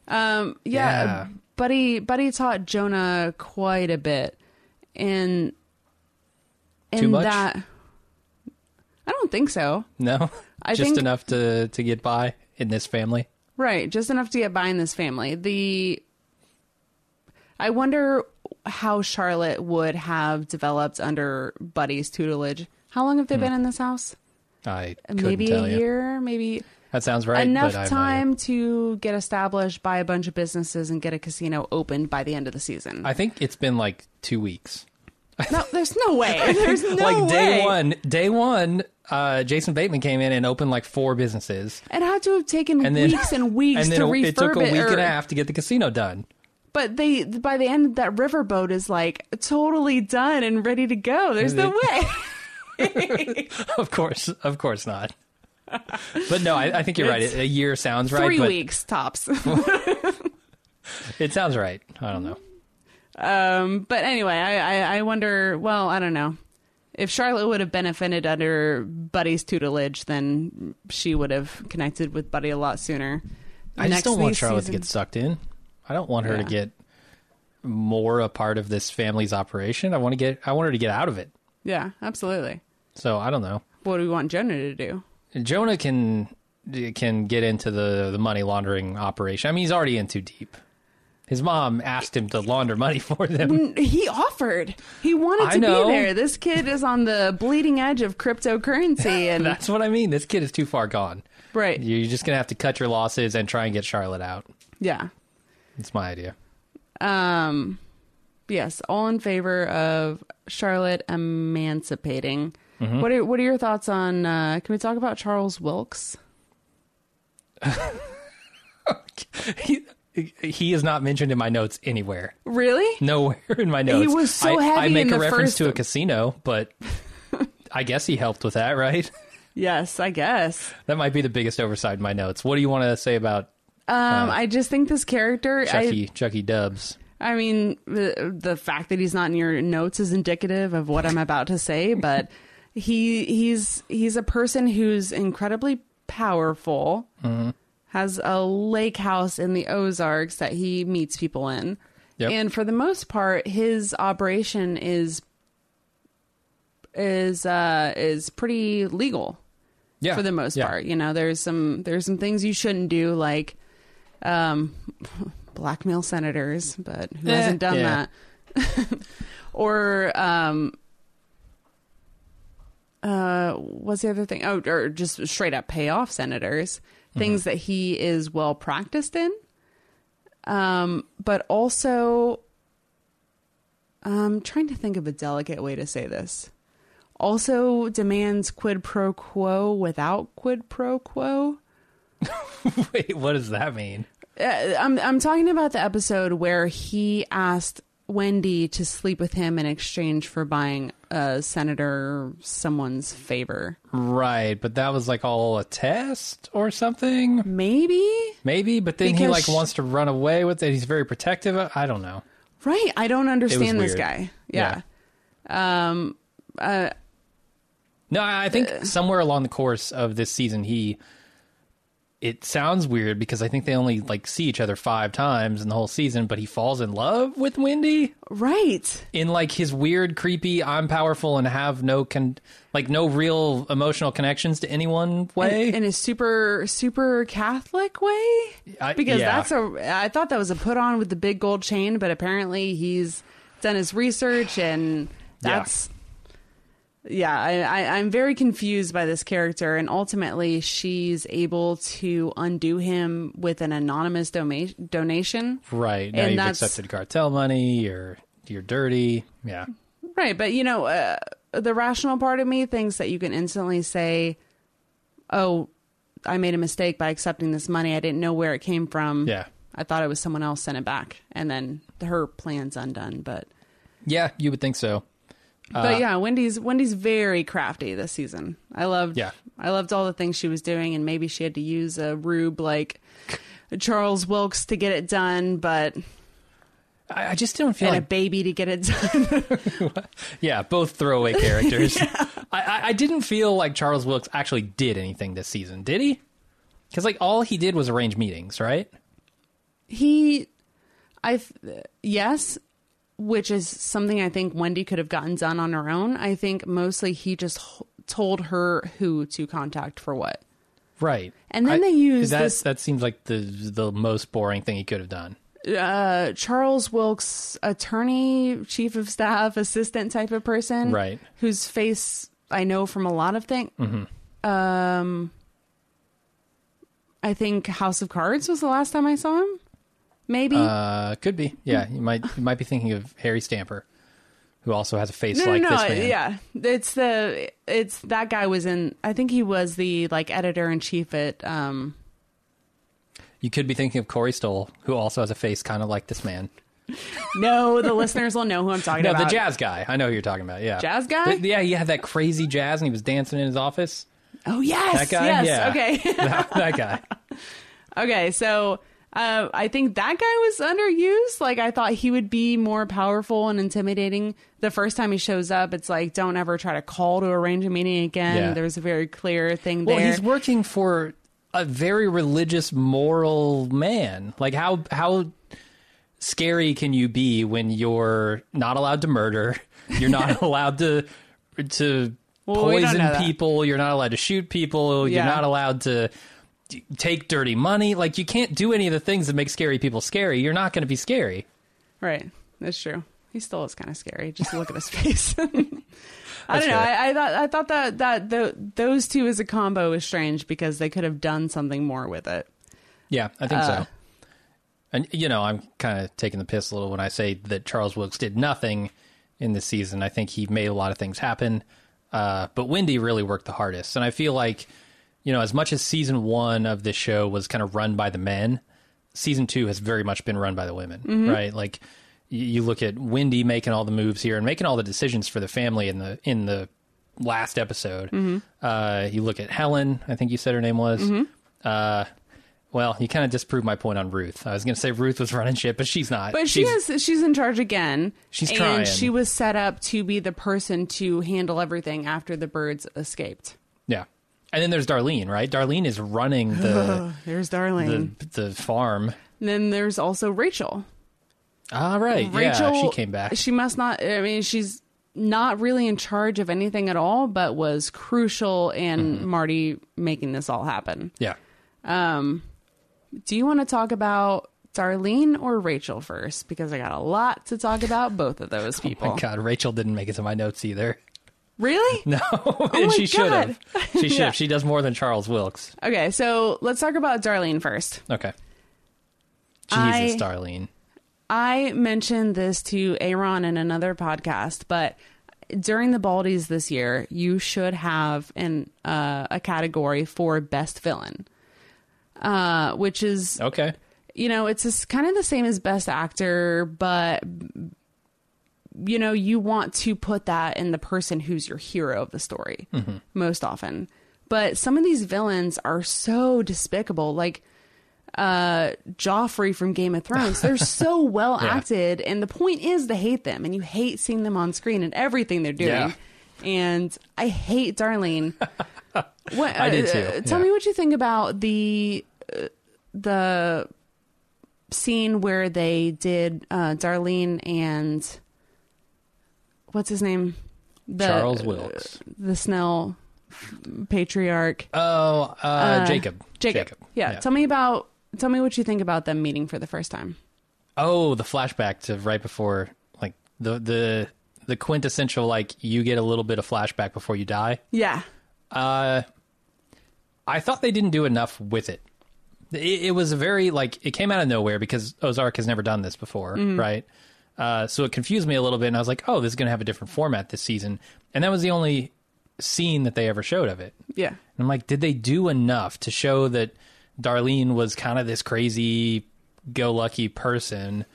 [SPEAKER 2] Um, yeah,
[SPEAKER 1] Yeah.
[SPEAKER 2] Buddy. Buddy taught Jonah quite a bit, and
[SPEAKER 1] Too much?
[SPEAKER 2] that I don't think so.
[SPEAKER 1] No?
[SPEAKER 2] I
[SPEAKER 1] Just
[SPEAKER 2] think-
[SPEAKER 1] enough to, to get by in this family.
[SPEAKER 2] Right, just enough to get by in this family. The I wonder how Charlotte would have developed under Buddy's tutelage. How long have they been in this house?
[SPEAKER 1] I Hmm. couldn't
[SPEAKER 2] Maybe
[SPEAKER 1] tell
[SPEAKER 2] a
[SPEAKER 1] you.
[SPEAKER 2] year, maybe
[SPEAKER 1] That sounds right.
[SPEAKER 2] enough
[SPEAKER 1] but I have no idea.
[SPEAKER 2] time to get established, buy a bunch of businesses, and get a casino opened by the end of the season.
[SPEAKER 1] I think it's been like two weeks.
[SPEAKER 2] no, there's no way. There's no
[SPEAKER 1] like day
[SPEAKER 2] way.
[SPEAKER 1] one, day one, uh, Jason Bateman came in and opened like four businesses,
[SPEAKER 2] It had to have taken
[SPEAKER 1] and then
[SPEAKER 2] weeks and weeks
[SPEAKER 1] and then
[SPEAKER 2] to
[SPEAKER 1] it-
[SPEAKER 2] refurb
[SPEAKER 1] it took a week
[SPEAKER 2] or-
[SPEAKER 1] and a half to get the casino done.
[SPEAKER 2] But they by the end that riverboat is like totally done and ready to go. There's no way.
[SPEAKER 1] Of course, of course not. But no, I, I think you're right.
[SPEAKER 2] It's
[SPEAKER 1] A year sounds right.
[SPEAKER 2] Three
[SPEAKER 1] but
[SPEAKER 2] weeks tops.
[SPEAKER 1] It sounds right. I don't know.
[SPEAKER 2] um, but anyway, I, I, I wonder. Well, I don't know if Charlotte would have benefited under Buddy's tutelage, then she would have connected with Buddy a lot sooner.
[SPEAKER 1] I just
[SPEAKER 2] Next
[SPEAKER 1] don't want
[SPEAKER 2] these
[SPEAKER 1] Charlotte to
[SPEAKER 2] seasons-
[SPEAKER 1] get sucked in. I don't want her to
[SPEAKER 2] Yeah.
[SPEAKER 1] get more a part of this family's operation. I want to get. I want her to get out of it.
[SPEAKER 2] Yeah, absolutely.
[SPEAKER 1] So I don't know.
[SPEAKER 2] What do we want Jonah to do?
[SPEAKER 1] Jonah can can get into the the money laundering operation. I mean, he's already in too deep. His mom asked him to launder money for them.
[SPEAKER 2] He offered. He wanted
[SPEAKER 1] I
[SPEAKER 2] to
[SPEAKER 1] know.
[SPEAKER 2] be there. This kid is on the bleeding edge of cryptocurrency, and
[SPEAKER 1] That's what I mean. This kid is too far gone.
[SPEAKER 2] right,
[SPEAKER 1] You're just gonna have to cut your losses and try and get Charlotte out.
[SPEAKER 2] yeah.
[SPEAKER 1] That's my idea.
[SPEAKER 2] Um, yes, all in favor of Charlotte emancipating. What are what are your thoughts on? Uh, can we talk about Charles Wilkes?
[SPEAKER 1] He, he is not mentioned in my notes anywhere.
[SPEAKER 2] Really?
[SPEAKER 1] Nowhere in my notes.
[SPEAKER 2] was so
[SPEAKER 1] I, I
[SPEAKER 2] heavy
[SPEAKER 1] make a
[SPEAKER 2] in the
[SPEAKER 1] reference
[SPEAKER 2] first-
[SPEAKER 1] to a casino, but I guess he helped with that, right?
[SPEAKER 2] Yes, I guess.
[SPEAKER 1] That might be the biggest oversight in my notes. What do you want to say about
[SPEAKER 2] Um, I just think this character. I,
[SPEAKER 1] Chucky, Chucky E. Dubs.
[SPEAKER 2] I mean, the, the fact that he's not in your notes is indicative of what I'm about to say, but he he's he's a person who's incredibly powerful,
[SPEAKER 1] Mm-hmm.
[SPEAKER 2] has a lake house in the Ozarks that he meets people in,
[SPEAKER 1] Yep.
[SPEAKER 2] and for the most part, his operation is is uh is pretty legal
[SPEAKER 1] Yeah,
[SPEAKER 2] for the most
[SPEAKER 1] yeah.
[SPEAKER 2] part. You know, there's some there's some things you shouldn't do, like um, blackmail senators, but who
[SPEAKER 1] Eh,
[SPEAKER 2] hasn't done
[SPEAKER 1] yeah.
[SPEAKER 2] that? or um, uh, what's the other thing? Oh, or just straight up pay off senators. Things that he is well practiced in, um, but also. I'm trying to think of a delicate way to say this also demands quid pro quo without quid pro quo.
[SPEAKER 1] Wait, what does that mean?
[SPEAKER 2] Uh, I'm I'm talking about the episode where he asked Wendy to sleep with him in exchange for buying a senator someone's favor.
[SPEAKER 1] Right, but that was like all a test or something,
[SPEAKER 2] Maybe
[SPEAKER 1] maybe. But then he
[SPEAKER 2] Because
[SPEAKER 1] like
[SPEAKER 2] she-
[SPEAKER 1] wants to run away with it. He's very protective. I- I don't know.
[SPEAKER 2] right. I don't understand this
[SPEAKER 1] weird.
[SPEAKER 2] guy. Yeah. Um.
[SPEAKER 1] No, I I think
[SPEAKER 2] Uh.
[SPEAKER 1] somewhere along the course of this season, he. It sounds weird because I think they only like see each other five times in the whole season, but he falls in love with Wendy
[SPEAKER 2] Right.
[SPEAKER 1] in like his weird, creepy, I'm powerful and have no con, like no real emotional connections to anyone way.
[SPEAKER 2] In a super super Catholic way.
[SPEAKER 1] I-
[SPEAKER 2] because
[SPEAKER 1] yeah.
[SPEAKER 2] that's a I thought that was a put on with the big gold chain, but apparently he's done his research and
[SPEAKER 1] Yeah.
[SPEAKER 2] that's yeah, I, I, I'm very confused by this character, and ultimately she's able to undo him with an anonymous doma- donation.
[SPEAKER 1] right now,
[SPEAKER 2] and
[SPEAKER 1] you've
[SPEAKER 2] that's-
[SPEAKER 1] accepted cartel money. You're you're dirty. Yeah,
[SPEAKER 2] Right, but you know, uh, the rational part of me thinks that you can instantly say, "Oh, I made a mistake by accepting this money. I didn't know where it came from.
[SPEAKER 1] Yeah.
[SPEAKER 2] I thought it was someone else sent it back, and then her plan's undone." But
[SPEAKER 1] yeah, you would think so. Uh,
[SPEAKER 2] but yeah, Wendy's Wendy's very crafty this season. I loved
[SPEAKER 1] Yeah.
[SPEAKER 2] I loved all the things she was doing, and maybe she had to use a rube like Charles Wilkes to get it done, but
[SPEAKER 1] I, I just don't feel
[SPEAKER 2] and
[SPEAKER 1] like
[SPEAKER 2] a baby to get it done.
[SPEAKER 1] Yeah, both throwaway characters. I, I, I didn't feel like Charles Wilkes actually did anything this season, did he? Because like all he did was arrange meetings, right?
[SPEAKER 2] he, I yes. Which is something I think Wendy could have gotten done on her own. I think mostly he just h- told her who to contact for what.
[SPEAKER 1] Right.
[SPEAKER 2] And then
[SPEAKER 1] I-
[SPEAKER 2] they use
[SPEAKER 1] that.
[SPEAKER 2] this-
[SPEAKER 1] That seems like the the most boring thing he could have done.
[SPEAKER 2] uh, Charles Wilkes attorney, chief of staff, assistant type of person,
[SPEAKER 1] Right.
[SPEAKER 2] Whose face I know from a lot of things. Um,
[SPEAKER 1] Mm-hmm.
[SPEAKER 2] I think House of Cards was the last time I saw him. Maybe
[SPEAKER 1] Uh, could be. Yeah, you might you might be thinking of Harry Stamper, who also has a face
[SPEAKER 2] no,
[SPEAKER 1] like
[SPEAKER 2] no,
[SPEAKER 1] this
[SPEAKER 2] no.
[SPEAKER 1] man.
[SPEAKER 2] Yeah, it's the it's that guy was in. I think he was the like editor in chief at um
[SPEAKER 1] You could be thinking of Corey Stoll, who also has a face kind of like this man.
[SPEAKER 2] No, the listeners will know who I'm talking
[SPEAKER 1] No,
[SPEAKER 2] about.
[SPEAKER 1] the jazz guy. I know who you're talking about. Yeah,
[SPEAKER 2] Jazz guy?
[SPEAKER 1] The- yeah, he had that crazy jazz, and he was dancing in his office.
[SPEAKER 2] Oh yes,
[SPEAKER 1] That guy.
[SPEAKER 2] yes.
[SPEAKER 1] yeah.
[SPEAKER 2] Okay.
[SPEAKER 1] that, that guy.
[SPEAKER 2] Okay, so uh, I think that guy was underused. Like I thought he would be more powerful and intimidating. The first time he shows up, it's like don't ever try to call to arrange a meeting again.
[SPEAKER 1] Yeah.
[SPEAKER 2] There's a very clear thing
[SPEAKER 1] Well,
[SPEAKER 2] there.
[SPEAKER 1] he's working for a very religious, moral man. Like how how scary can you be when you're not allowed to murder? You're not allowed to to
[SPEAKER 2] Well, we don't
[SPEAKER 1] poison
[SPEAKER 2] know that.
[SPEAKER 1] people. You're not allowed to shoot people.
[SPEAKER 2] Yeah.
[SPEAKER 1] You're not allowed to d- take dirty money. Like you can't do any of the things that make scary people scary. You're not going to be scary.
[SPEAKER 2] right, that's true. He still is kind of scary. Just look at his face. I don't know.
[SPEAKER 1] That's fair.
[SPEAKER 2] I, I thought I thought that that the, those two as a combo is strange because they could have done something more with it.
[SPEAKER 1] Yeah, I think
[SPEAKER 2] Uh,
[SPEAKER 1] so. And you know, I'm kind of taking the piss a little when I say that Charles Wilkes did nothing in this season. I think he made a lot of things happen, uh, but Wendy really worked the hardest. And I feel like, you know, as much as season one of this show was kind of run by the men, season two has very much been run by the women, right? Like y- you look at Wendy making all the moves here and making all the decisions for the family in the in the last episode. Uh, you look at Helen, I think you said her name was. Uh, Well, you kind of disproved my point on Ruth. I was going to say Ruth was running shit, but she's not.
[SPEAKER 2] But she
[SPEAKER 1] she's,
[SPEAKER 2] is she's in charge again.
[SPEAKER 1] She's
[SPEAKER 2] and
[SPEAKER 1] trying.
[SPEAKER 2] she was set up to be the person to handle everything after the birds escaped.
[SPEAKER 1] Yeah. And then there's Darlene, right? Darlene is running the
[SPEAKER 2] There's
[SPEAKER 1] the,
[SPEAKER 2] Darlene.
[SPEAKER 1] the farm.
[SPEAKER 2] then there's also Rachel.
[SPEAKER 1] All right.
[SPEAKER 2] Rachel
[SPEAKER 1] yeah, she came back.
[SPEAKER 2] Ah, She must not I mean she's not really in charge of anything at all, but was crucial in
[SPEAKER 1] Mm-hmm.
[SPEAKER 2] Marty making this all happen.
[SPEAKER 1] yeah.
[SPEAKER 2] Do you want to talk about Darlene or Rachel first? Because I got a lot to talk about both of those people.
[SPEAKER 1] Oh My God, Rachel didn't make it to my notes either.
[SPEAKER 2] Really?
[SPEAKER 1] No,
[SPEAKER 2] Oh my
[SPEAKER 1] she should have.
[SPEAKER 2] God.
[SPEAKER 1] She should.
[SPEAKER 2] Yeah.
[SPEAKER 1] have. She does more than Charles Wilkes.
[SPEAKER 2] Okay, so let's talk about Darlene first.
[SPEAKER 1] Okay.
[SPEAKER 2] I-
[SPEAKER 1] Jesus, Darlene.
[SPEAKER 2] I mentioned this to Aaron in another podcast, but during the Baldies this year, you should have an uh, a category for best villain, uh, which is
[SPEAKER 1] Okay.
[SPEAKER 2] you know it's this, kind of the same as best actor, but you know you want to put that in the person who's your hero of the story
[SPEAKER 1] Mm-hmm.
[SPEAKER 2] most often. But some of these villains are so despicable, like uh Joffrey from Game of Thrones. They're so well acted and the point is to hate them and you hate seeing them on screen and everything they're doing.
[SPEAKER 1] Yeah.
[SPEAKER 2] And I hate Darlene. what,
[SPEAKER 1] I do
[SPEAKER 2] uh,
[SPEAKER 1] too,
[SPEAKER 2] uh, Tell
[SPEAKER 1] yeah.
[SPEAKER 2] me what you think about the uh, the scene where they did uh Darlene and what's his name? The, Uh,
[SPEAKER 1] Charles Wilkes.
[SPEAKER 2] the Snell patriarch.
[SPEAKER 1] Oh, uh, Jacob.
[SPEAKER 2] Jacob. Yeah. Tell me about tell me what you think about them meeting for the first time.
[SPEAKER 1] oh, the flashback to right before, like the the the quintessential, like you get a little bit of flashback before you die.
[SPEAKER 2] Yeah.
[SPEAKER 1] Uh, I thought they didn't do enough with it. it. It was a very like it came out of nowhere because Ozark has never done this before, right? Uh, so it confused me a little bit, and I was like, "Oh, this is going to have a different format this season." And that was the only scene that they ever showed of it.
[SPEAKER 2] Yeah.
[SPEAKER 1] And I'm like, did they do enough to show that Darlene was kind of this crazy go lucky person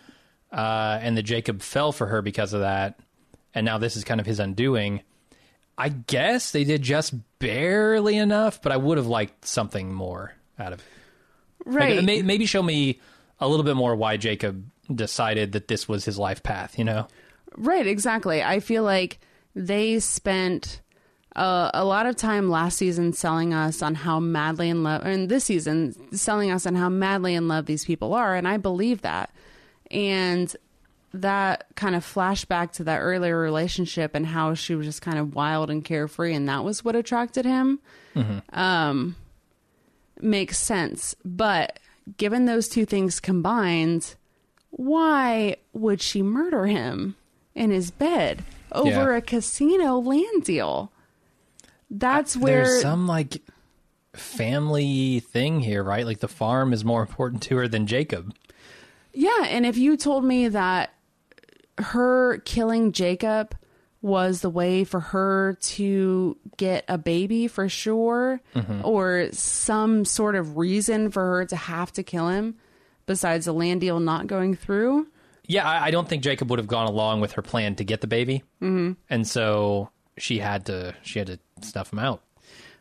[SPEAKER 1] uh, and that Jacob fell for her because of that? And now this is kind of his undoing. I guess they did just barely enough, but I would have liked something more out of it. Like,
[SPEAKER 2] Right.
[SPEAKER 1] may- maybe show me a little bit more why Jacob decided that this was his life path, you know?
[SPEAKER 2] right, exactly. I feel like they spent uh, a lot of time last season selling us on how madly in love, and this season selling us on how madly in love these people are, and I believe that. And that kind of flashback to that earlier relationship and how she was just kind of wild and carefree, and that was what attracted him. um, makes sense. But given those two things combined, why would she murder him in his bed over
[SPEAKER 1] Yeah.
[SPEAKER 2] a casino land deal? That's where
[SPEAKER 1] There's some like family thing here, right? Like the farm is more important to her than Jacob.
[SPEAKER 2] Yeah, and if you told me that her killing Jacob was the way for her to get a baby for sure,
[SPEAKER 1] Mm-hmm.
[SPEAKER 2] or some sort of reason for her to have to kill him besides the land deal not going through,
[SPEAKER 1] yeah, I, I don't think Jacob would have gone along with her plan to get the baby, mm-hmm. and so she had to she had to stuff him out.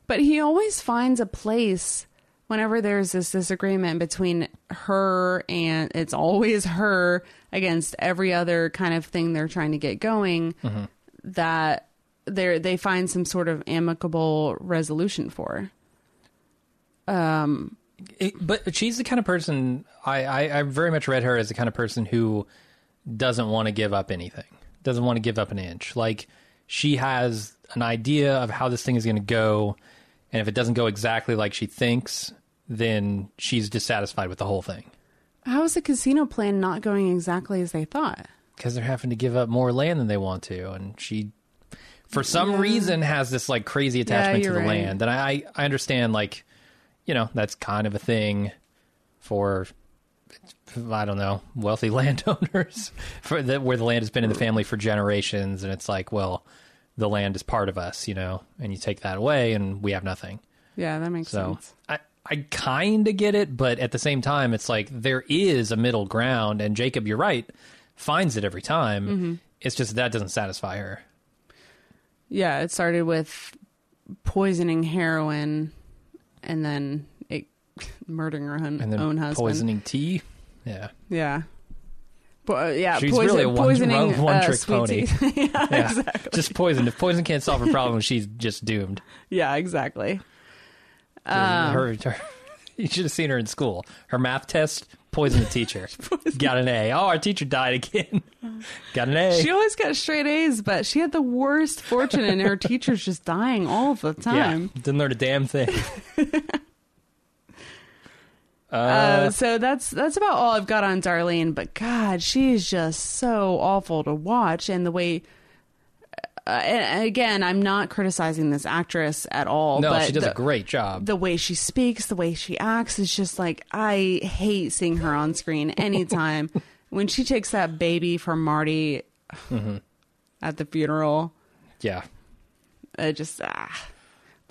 [SPEAKER 2] But he always finds a place whenever there's this disagreement between her and it's always her against every other kind of thing they're trying to get going
[SPEAKER 1] Mm-hmm.
[SPEAKER 2] that they they find some sort of amicable resolution for.
[SPEAKER 1] It, but she's the kind of person I, I I very much read her as the kind of person who doesn't want to give up anything, doesn't want to give up an inch. Like she has an idea of how this thing is going to go, and if it doesn't go exactly like she thinks, then she's dissatisfied with the whole thing
[SPEAKER 2] How is the casino plan not going exactly as they thought?
[SPEAKER 1] because they're having to give up more land than they want to, and she for some reason has this like crazy attachment to
[SPEAKER 2] you're
[SPEAKER 1] the
[SPEAKER 2] right.
[SPEAKER 1] land and I, I understand like you know that's kind of a thing for i don't know wealthy landowners for the, where the land has been in the family for generations and it's like well the land is part of us you know and you take that away and we have nothing
[SPEAKER 2] Yeah, that makes
[SPEAKER 1] so
[SPEAKER 2] sense.
[SPEAKER 1] I, I kind of get it, but at the same time, it's like there is a middle ground, and Jacob, you're right, finds it every time.
[SPEAKER 2] Mm-hmm.
[SPEAKER 1] It's just that doesn't satisfy her.
[SPEAKER 2] Yeah, it started with poisoning heroin and then it murdering her hun-
[SPEAKER 1] and then
[SPEAKER 2] own husband.
[SPEAKER 1] poisoning tea. Yeah,
[SPEAKER 2] Yeah. Po- uh, yeah,
[SPEAKER 1] She's
[SPEAKER 2] poison-
[SPEAKER 1] really a one-
[SPEAKER 2] poisoning
[SPEAKER 1] one- one
[SPEAKER 2] uh,
[SPEAKER 1] trick
[SPEAKER 2] sweet
[SPEAKER 1] pony.
[SPEAKER 2] tea. yeah,
[SPEAKER 1] yeah.
[SPEAKER 2] exactly.
[SPEAKER 1] Just poison. If poison can't solve her problem, she's just doomed.
[SPEAKER 2] Yeah, exactly. Uh, um.
[SPEAKER 1] her, her- you should have seen her in school. Her math test poisoned the teacher. Got an A. Oh, our teacher died again. Got an A.
[SPEAKER 2] She always got straight A's, but she had the worst fortune, and her teacher's just dying all the time.
[SPEAKER 1] Yeah, didn't learn a damn thing. uh,
[SPEAKER 2] Uh, so that's that's about all I've got on Darlene. But God, she's just so awful to watch, and the way. Uh, and again, I'm not criticizing this actress at all.
[SPEAKER 1] no,
[SPEAKER 2] but
[SPEAKER 1] she does
[SPEAKER 2] the,
[SPEAKER 1] a great job.
[SPEAKER 2] the way she speaks, the way she acts is just like I hate seeing her on screen anytime. when she takes that baby from Marty
[SPEAKER 1] Mm-hmm.
[SPEAKER 2] at the funeral,
[SPEAKER 1] yeah,
[SPEAKER 2] I just ah,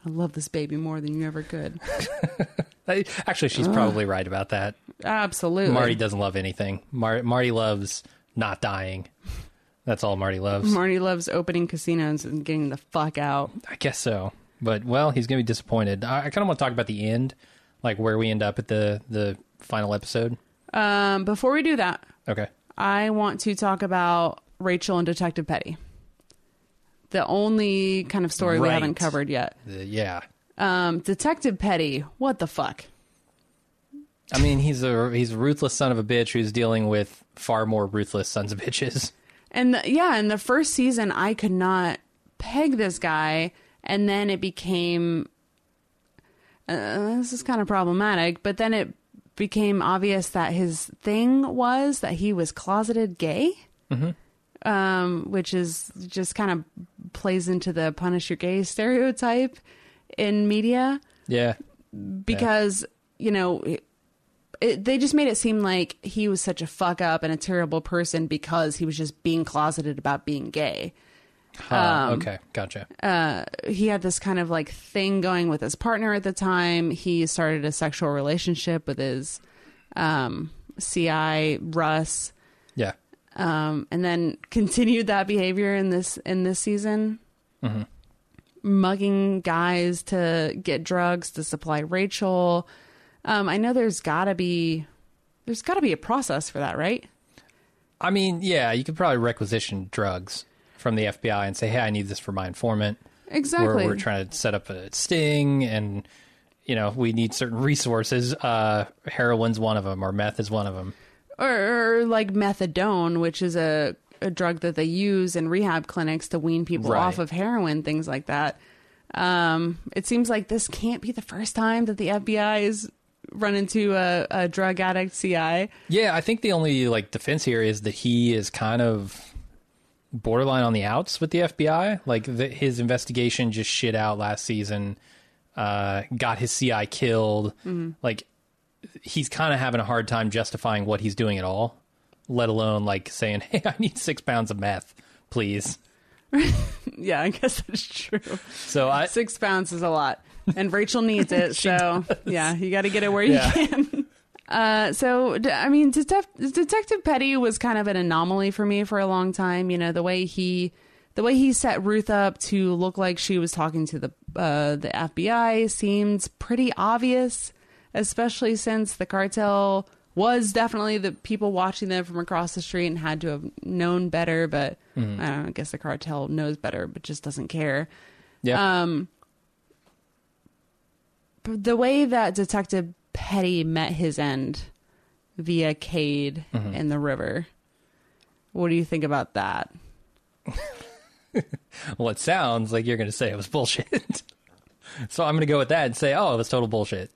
[SPEAKER 2] I love this baby more than you ever could.
[SPEAKER 1] I- actually, she's probably right about that.
[SPEAKER 2] Absolutely,
[SPEAKER 1] Marty doesn't love anything. Mar- Marty loves not dying. That's all Marty loves.
[SPEAKER 2] Marty loves opening casinos and getting the fuck out.
[SPEAKER 1] I guess so. But well, he's gonna be disappointed. I, I kind of want to talk about the end, like where we end up at the the final episode.
[SPEAKER 2] Um, before we do that,
[SPEAKER 1] Okay.
[SPEAKER 2] I want to talk about Rachel and Detective Petty. The only kind of story we
[SPEAKER 1] Right.
[SPEAKER 2] haven't covered yet.
[SPEAKER 1] The- Uh, yeah.
[SPEAKER 2] Um, Detective Petty, what the fuck?
[SPEAKER 1] I mean, he's a he's a ruthless son of a bitch who's dealing with far more ruthless sons of bitches.
[SPEAKER 2] And the, yeah, in the first season, I could not peg this guy, and then it became uh, this is kind of problematic. But then it became obvious that his thing was that he was closeted gay, um, which is just kind of plays into the punish your gay stereotype in media
[SPEAKER 1] Yeah.
[SPEAKER 2] because you know it, it, they just made it seem like he was such a fuck up and a terrible person because he was just being closeted about being gay.
[SPEAKER 1] Huh. okay. Gotcha.
[SPEAKER 2] He had this kind of like thing going with his partner at the time. He started a sexual relationship with his um, CI Russ,
[SPEAKER 1] yeah.
[SPEAKER 2] um, and then continued that behavior in this in this season. Mugging guys to get drugs to supply Rachel. Um, I know there's gotta be there's gotta be a process for that, right?
[SPEAKER 1] I mean, yeah, you could probably requisition drugs from the FBI and say, "Hey, I need this for my informant."
[SPEAKER 2] Exactly.
[SPEAKER 1] We're, we're trying to set up a sting, and you know, we need certain resources. Uh, heroin's one of them, or meth is one of them.
[SPEAKER 2] or, or like methadone, which is a, a drug that they use in rehab clinics to wean people
[SPEAKER 1] Right.
[SPEAKER 2] off of heroin, things like that. Um, it seems like this can't be the first time that the FBI is run into a, a drug addict CI.
[SPEAKER 1] Yeah, I think the only like defense here is that he is kind of borderline on the outs with the FBI. Like the, his investigation just shit out last season, uh, got his CI killed. Like he's kind of having a hard time justifying what he's doing at all, let alone like saying, "Hey, I need six pounds of meth, please."
[SPEAKER 2] Yeah, I guess that's true.
[SPEAKER 1] So I
[SPEAKER 2] Six pounds is a lot, and Rachel needs it. so yeah, you got to get it where
[SPEAKER 1] Yeah.
[SPEAKER 2] you can. Uh, so d- I mean, Detef- Detective Petty was kind of an anomaly for me for a long time. You know, the way he, the way he set Ruth up to look like she was talking to the uh, the FBI seemed pretty obvious, especially since the cartel was definitely the people watching them from across the street and had to have known better. But I don't know, I guess the cartel knows better, but just doesn't care
[SPEAKER 1] yeah,
[SPEAKER 2] the way that Detective Petty met his end via Cade in the river. What do you think about that?
[SPEAKER 1] well, it sounds like you're going to say it was bullshit. so I'm going to go with that and say, "Oh, that's total bullshit."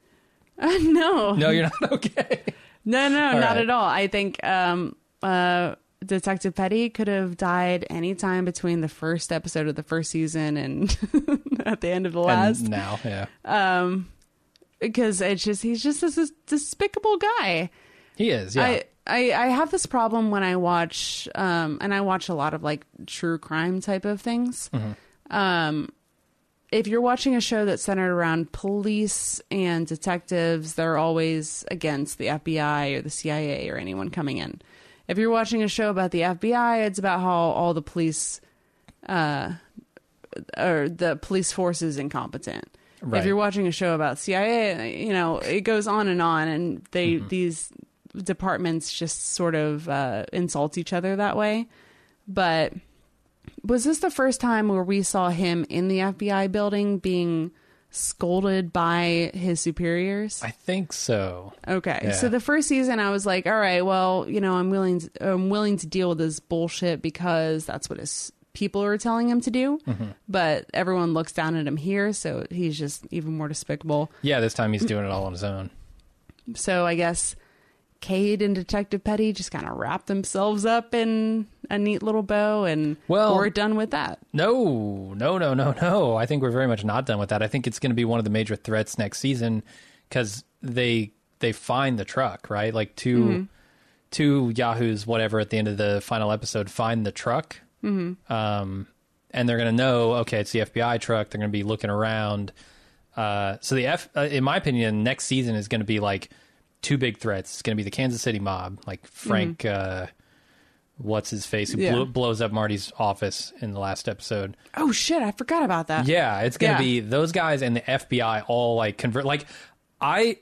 [SPEAKER 2] Uh, no, no,
[SPEAKER 1] No, you're not okay.
[SPEAKER 2] no, not
[SPEAKER 1] right.
[SPEAKER 2] at all. I think um, uh, Detective Petty could have died any time between the first episode of the first season and at the end of the last.
[SPEAKER 1] And now, yeah,
[SPEAKER 2] because it's just he's just this, this despicable guy.
[SPEAKER 1] he is. Yeah.
[SPEAKER 2] I, I I have this problem when I watch um and I watch a lot of like true crime type of things.
[SPEAKER 1] Mm-hmm.
[SPEAKER 2] Um if you're watching a show that's centered around police and detectives, they're always against the FBI or the CIA or anyone coming in. If you're watching a show about the FBI, it's about how all the police uh or the police force is incompetent.
[SPEAKER 1] Right.
[SPEAKER 2] If you're watching a show about CIA, you know, it goes on and on, and they these departments just sort of uh, insult each other that way. But was this the first time where we saw him in the FBI building being scolded by his superiors?
[SPEAKER 1] I think so.
[SPEAKER 2] Okay.
[SPEAKER 1] Yeah.
[SPEAKER 2] So the first season I was like, all right, well, you know, I'm willing I'm willing to deal with this bullshit because that's what his people are telling him to do. But everyone looks down at him here, so he's just even more despicable.
[SPEAKER 1] Yeah, this time he's doing it all on his own.
[SPEAKER 2] So I guess Cade and Detective Petty just kind of wrap themselves up in a neat little bow and
[SPEAKER 1] Well-
[SPEAKER 2] we're done with that.
[SPEAKER 1] No, no, no, no, no. I think we're very much not done with that. I think it's going to be one of the major threats next season because they they find the truck, right? Like 2
[SPEAKER 2] Mm-hmm.
[SPEAKER 1] two yahoos, whatever, at the end of the final episode, find the truck, mm-hmm. um, and they're going to know, okay, it's the FBI truck. They're going to be looking around. Uh, so the F, uh, in my opinion, next season is going to be like two big threats. It's going to be the Kansas City mob, like Frank. Uh, What's his face who
[SPEAKER 2] Yeah.
[SPEAKER 1] blew, blows up Marty's office in the last episode?
[SPEAKER 2] Oh shit, I forgot about that.
[SPEAKER 1] Yeah, it's gonna
[SPEAKER 2] Yeah.
[SPEAKER 1] be those guys and the FBI all like convert. Like, I,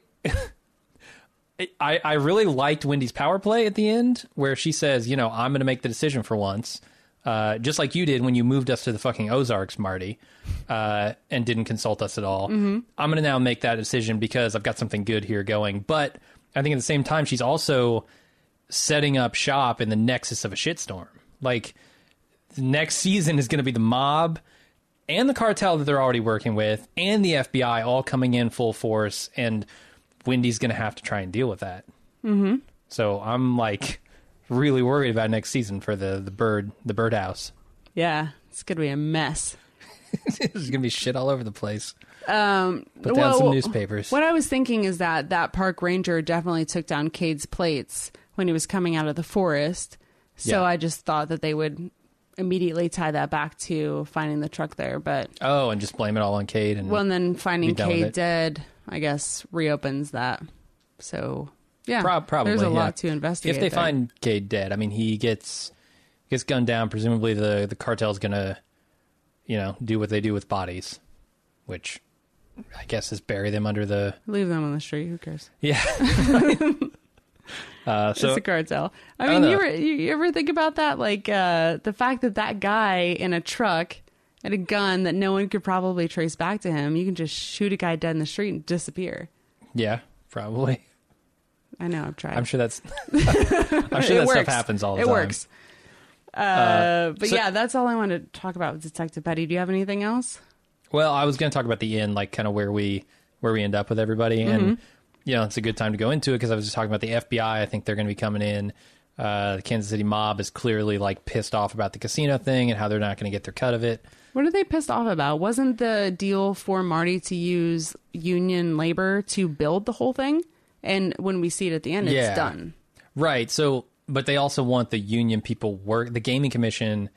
[SPEAKER 1] I, I really liked Wendy's power play at the end where she says, you know, I'm gonna make the decision for once, uh, just like you did when you moved us to the fucking Ozarks, Marty, uh, and didn't consult us at all.
[SPEAKER 2] Mm-hmm.
[SPEAKER 1] I'm gonna now make that decision because I've got something good here going. But I think at the same time, she's also setting up shop in the nexus of a shitstorm. Like next season is going to be the mob and the cartel that they're already working with and the FBI all coming in full force and Wendy's going to have to try and deal with that. Mm-hmm. So I'm like really worried about next season for the the bird the birdhouse.
[SPEAKER 2] Yeah. It's going to be a mess.
[SPEAKER 1] There's going to be shit all over the place. Um, Put down
[SPEAKER 2] well,
[SPEAKER 1] some
[SPEAKER 2] well,
[SPEAKER 1] newspapers.
[SPEAKER 2] What I was thinking is that that park ranger definitely took down Cade's plates when he was coming out of the forest. So
[SPEAKER 1] Yeah.
[SPEAKER 2] I just thought that they would immediately tie that back to finding the truck there. But
[SPEAKER 1] Oh, and just blame it all on Cade and
[SPEAKER 2] well, and then
[SPEAKER 1] Be
[SPEAKER 2] finding
[SPEAKER 1] done with
[SPEAKER 2] Cade
[SPEAKER 1] it.
[SPEAKER 2] dead, I guess, reopens that. So yeah,
[SPEAKER 1] Prob- probably
[SPEAKER 2] there's a
[SPEAKER 1] yeah.
[SPEAKER 2] lot to investigate.
[SPEAKER 1] If they
[SPEAKER 2] there.
[SPEAKER 1] find Cade dead, I mean, he gets gets gunned down. Presumably, the the cartel's gonna, you know, do what they do with bodies, which I guess is bury them under the
[SPEAKER 2] leave them on the street, who cares?
[SPEAKER 1] yeah. uh, so
[SPEAKER 2] it's a cartel. I
[SPEAKER 1] don't
[SPEAKER 2] mean, you
[SPEAKER 1] know.
[SPEAKER 2] ever, you you ever think about that? Like uh, the fact that that guy in a truck had a gun that no one could probably trace back to him. You can just shoot a guy dead in the street and disappear.
[SPEAKER 1] yeah, probably.
[SPEAKER 2] I know. I've tried.
[SPEAKER 1] I'm sure that's I'm sure that stuff happens all the
[SPEAKER 2] it
[SPEAKER 1] time.
[SPEAKER 2] works. Uh, but
[SPEAKER 1] so-
[SPEAKER 2] yeah, that's all I wanted to talk about with Detective Petty. Do you have anything else?
[SPEAKER 1] Well, I was going to talk about the end, like kind of where we where we end up with everybody,
[SPEAKER 2] Mm-hmm.
[SPEAKER 1] and you know, it's a good time to go into it because I was just talking about the FBI. I think they're going to be coming in. Uh, the Kansas City mob is clearly like pissed off about the casino thing and how they're not going to get their cut of it.
[SPEAKER 2] What are they pissed off about? Wasn't the deal for Marty to use union labor to build the whole thing? And when we see it at the end,
[SPEAKER 1] Yeah.
[SPEAKER 2] it's done.
[SPEAKER 1] Right. So, but they also want the union people work. The gaming commission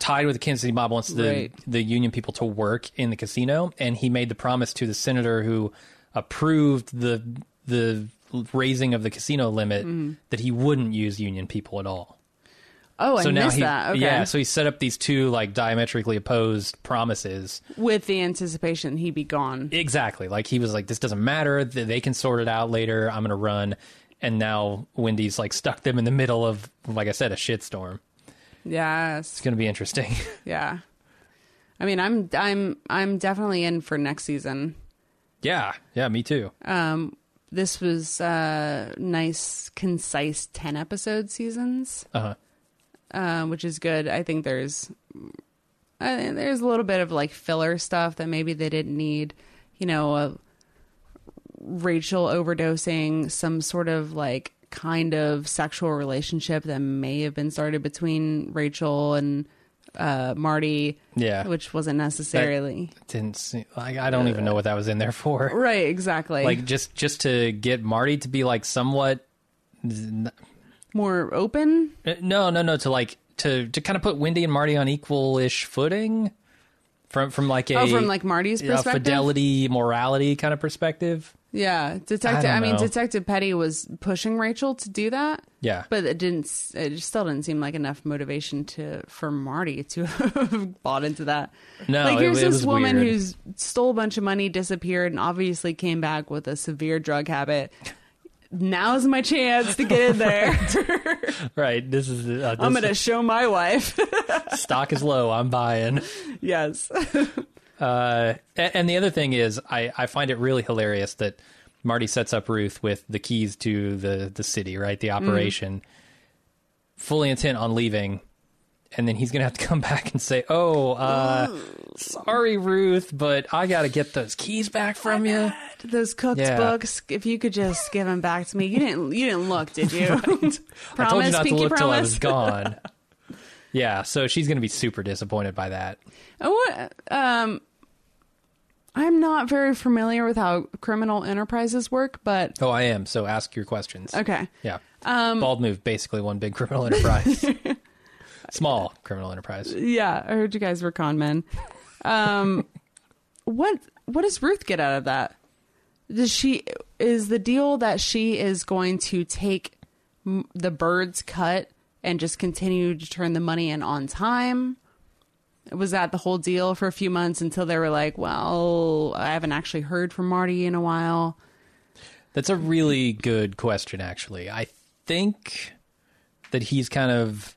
[SPEAKER 1] tied with the Kansas City mob wants the
[SPEAKER 2] Right.
[SPEAKER 1] the union people to work in the casino, and he made the promise to the senator who approved the the raising of the casino limit
[SPEAKER 2] Mm-hmm.
[SPEAKER 1] that he wouldn't use union people at all.
[SPEAKER 2] Oh, I
[SPEAKER 1] so now
[SPEAKER 2] missed
[SPEAKER 1] he
[SPEAKER 2] that. Okay.
[SPEAKER 1] yeah, so he set up these two like diametrically opposed promises.
[SPEAKER 2] with the anticipation he'd be gone.
[SPEAKER 1] Exactly. Like he was like, this doesn't matter. Th- They can sort it out later. I'm gonna run. And now Wendy's like stuck them in the middle of, like I said, a shitstorm.
[SPEAKER 2] Yes.
[SPEAKER 1] It's gonna be interesting.
[SPEAKER 2] Yeah. I mean, I'm I'm I'm definitely in for next season.
[SPEAKER 1] yeah. Yeah. Me too.
[SPEAKER 2] This was uh nice concise 10 episode seasons,
[SPEAKER 1] Uh huh.
[SPEAKER 2] uh, which is good. I think there's I think there's a little bit of like filler stuff that maybe they didn't need, you know, a Rachel overdosing, some sort of like kind of sexual relationship that may have been started between Rachel and uh Marty.
[SPEAKER 1] Yeah.
[SPEAKER 2] which wasn't necessarily
[SPEAKER 1] Didn't see. Like I don't even know what that was in there for.
[SPEAKER 2] right exactly
[SPEAKER 1] Like just just to get Marty to be like somewhat.
[SPEAKER 2] more open
[SPEAKER 1] uh, No, no, no. To like to to kind of put Wendy and Marty on equal ish footing. From from like a
[SPEAKER 2] oh from like marty's
[SPEAKER 1] yeah,
[SPEAKER 2] perspective
[SPEAKER 1] fidelity, morality kind of perspective.
[SPEAKER 2] Yeah, Detective.
[SPEAKER 1] I
[SPEAKER 2] I,
[SPEAKER 1] don't
[SPEAKER 2] mean,
[SPEAKER 1] know.
[SPEAKER 2] Detective Petty was pushing Rachel to do that.
[SPEAKER 1] Yeah.
[SPEAKER 2] but it didn't. s- It still didn't seem like enough motivation to for Marty to have bought into that.
[SPEAKER 1] No,
[SPEAKER 2] like
[SPEAKER 1] Oh, it-
[SPEAKER 2] here's
[SPEAKER 1] it
[SPEAKER 2] this
[SPEAKER 1] was
[SPEAKER 2] woman
[SPEAKER 1] weird.
[SPEAKER 2] who's stole a bunch of money, disappeared, and obviously came back with a severe drug habit. Now's my chance to get in there.
[SPEAKER 1] Right. This is uh, this
[SPEAKER 2] I'm gonna show my wife.
[SPEAKER 1] stock is low. I'm buying.
[SPEAKER 2] yes.
[SPEAKER 1] Uh, a- and the other thing is, I, I find it really hilarious that Marty sets up Ruth with the keys to the, the city, right? The
[SPEAKER 2] Mm-hmm.
[SPEAKER 1] operation, fully intent on leaving. And then he's going to have to come back and say, Oh, uh, sorry, Ruth, but I got to get those keys back from you.
[SPEAKER 2] Those cooked
[SPEAKER 1] Yeah.
[SPEAKER 2] books. If you could just give them back to me, you didn't. You didn't look, did you?
[SPEAKER 1] I told you
[SPEAKER 2] Promise,
[SPEAKER 1] not to
[SPEAKER 2] pinky
[SPEAKER 1] look till I
[SPEAKER 2] promise.
[SPEAKER 1] was gone. yeah. So she's going to be super disappointed by that.
[SPEAKER 2] I want, um, I'm not very familiar with how criminal enterprises work, but
[SPEAKER 1] Oh, I am. So ask your questions.
[SPEAKER 2] okay.
[SPEAKER 1] Yeah. Bald move, basically one big criminal enterprise. Small criminal enterprise.
[SPEAKER 2] Yeah, I heard you guys were con men. Um, what what does Ruth get out of that? Does she is the deal that she is going to take m- the bird's cut and just continue to turn the money in on time? Was that the whole deal for a few months until they were like, "Well, I haven't actually heard from Marty in a while."
[SPEAKER 1] That's a really good question, actually. I think that he's kind of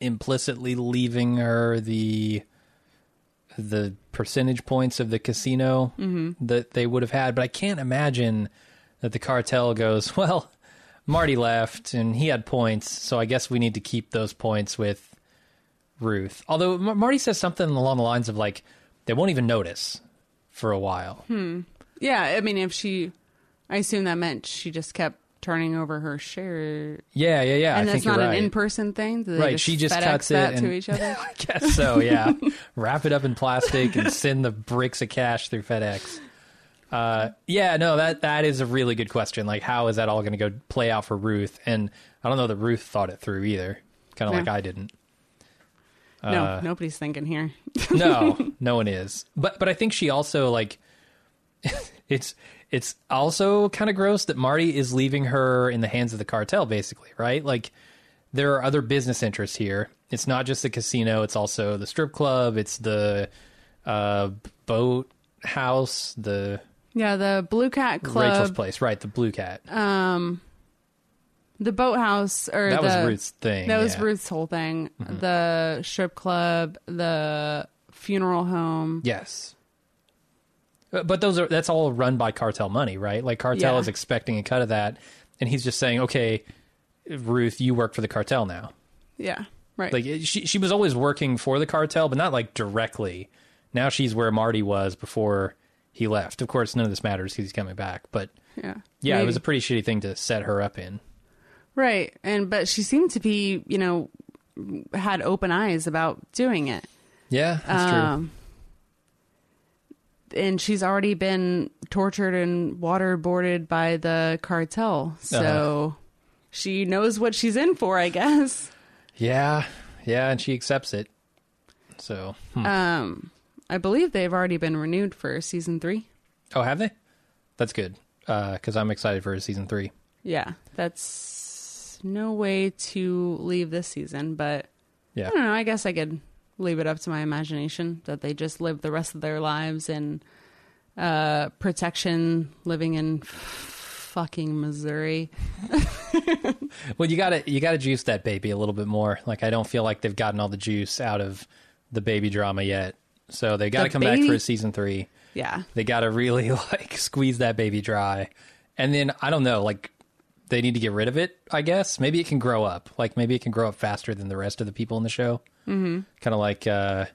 [SPEAKER 1] implicitly leaving her the the percentage points of the casino
[SPEAKER 2] Mm-hmm.
[SPEAKER 1] that they would have had, but I can't imagine that the cartel goes, Well, Marty left and he had points, so I guess we need to keep those points with Ruth. Although M- Marty says something along the lines of like they won't even notice for a while.
[SPEAKER 2] Hmm. Yeah, I mean, if she, I assume that meant she just kept turning over her share,
[SPEAKER 1] Yeah, yeah, yeah.
[SPEAKER 2] and
[SPEAKER 1] I
[SPEAKER 2] that's
[SPEAKER 1] think
[SPEAKER 2] not
[SPEAKER 1] you're
[SPEAKER 2] an
[SPEAKER 1] right.
[SPEAKER 2] in-person thing. Do they
[SPEAKER 1] Right, she just
[SPEAKER 2] FedEx
[SPEAKER 1] cuts it
[SPEAKER 2] that to
[SPEAKER 1] and-
[SPEAKER 2] each other.
[SPEAKER 1] I guess so, yeah. Wrap it up in plastic and send the bricks of cash through FedEx. Uh, yeah, no, that that is a really good question. Like, how is that all going to go play out for Ruth? And I don't know that Ruth thought it through either. Kind of
[SPEAKER 2] No.
[SPEAKER 1] like I didn't. uh,
[SPEAKER 2] no, nobody's thinking here.
[SPEAKER 1] No, no one is. But but I think she also like it's it's also kind of gross that Marty is leaving her in the hands of the cartel basically, right? Like there are other business interests here. It's not just the casino, it's also the strip club, it's the uh boat house, the
[SPEAKER 2] Yeah, the Blue Cat
[SPEAKER 1] Rachel's
[SPEAKER 2] Club, um,
[SPEAKER 1] place, right, the blue cat.
[SPEAKER 2] the boathouse, or
[SPEAKER 1] that was
[SPEAKER 2] the-
[SPEAKER 1] Ruth's thing.
[SPEAKER 2] That was
[SPEAKER 1] yeah. Mm-hmm.
[SPEAKER 2] Ruth's whole thing. The strip club, the funeral home.
[SPEAKER 1] Yes. Uh, But those are that's all run by cartel money, right? Like cartel
[SPEAKER 2] Yeah.
[SPEAKER 1] is expecting a cut of that, and he's just saying, "Okay, Ruth, you work for the cartel now."
[SPEAKER 2] Yeah, right.
[SPEAKER 1] Like it- she she was always working for the cartel, but not like directly. Now she's where Marty was before he left. Of course, none of this matters because he's coming back. But
[SPEAKER 2] yeah,
[SPEAKER 1] yeah, it
[SPEAKER 2] Maybe.
[SPEAKER 1] was a pretty shitty thing to set her up in.
[SPEAKER 2] Right. And but she seemed to be, you know, had open eyes about doing it.
[SPEAKER 1] Yeah, that's
[SPEAKER 2] Um,
[SPEAKER 1] true.
[SPEAKER 2] And she's already been tortured and waterboarded by the
[SPEAKER 1] Uh-huh.
[SPEAKER 2] cartel. So she knows what she's in for, I guess.
[SPEAKER 1] Yeah, yeah, and she accepts it. So, hmm.
[SPEAKER 2] Um I believe they've already been renewed for season 3.
[SPEAKER 1] oh, have they? That's good because I'm excited for season three.
[SPEAKER 2] Yeah. That's no way to leave this season, but
[SPEAKER 1] Yeah.
[SPEAKER 2] I don't know. I guess I could leave it up to my imagination that they just live the rest of their lives in uh, protection, living in f- fucking Missouri.
[SPEAKER 1] Well, you gotta you gotta juice that baby a little bit more. Like I don't feel like they've gotten all the juice out of the baby drama yet. So they gotta
[SPEAKER 2] The
[SPEAKER 1] come back
[SPEAKER 2] baby-
[SPEAKER 1] for a season three.
[SPEAKER 2] Yeah.
[SPEAKER 1] They gotta really like squeeze that baby dry. And then I don't know, like they need to get rid of it, I guess. Maybe it can grow up. Like maybe it can grow up faster than the rest of the people in the show. Mm-hmm. Kind of like uh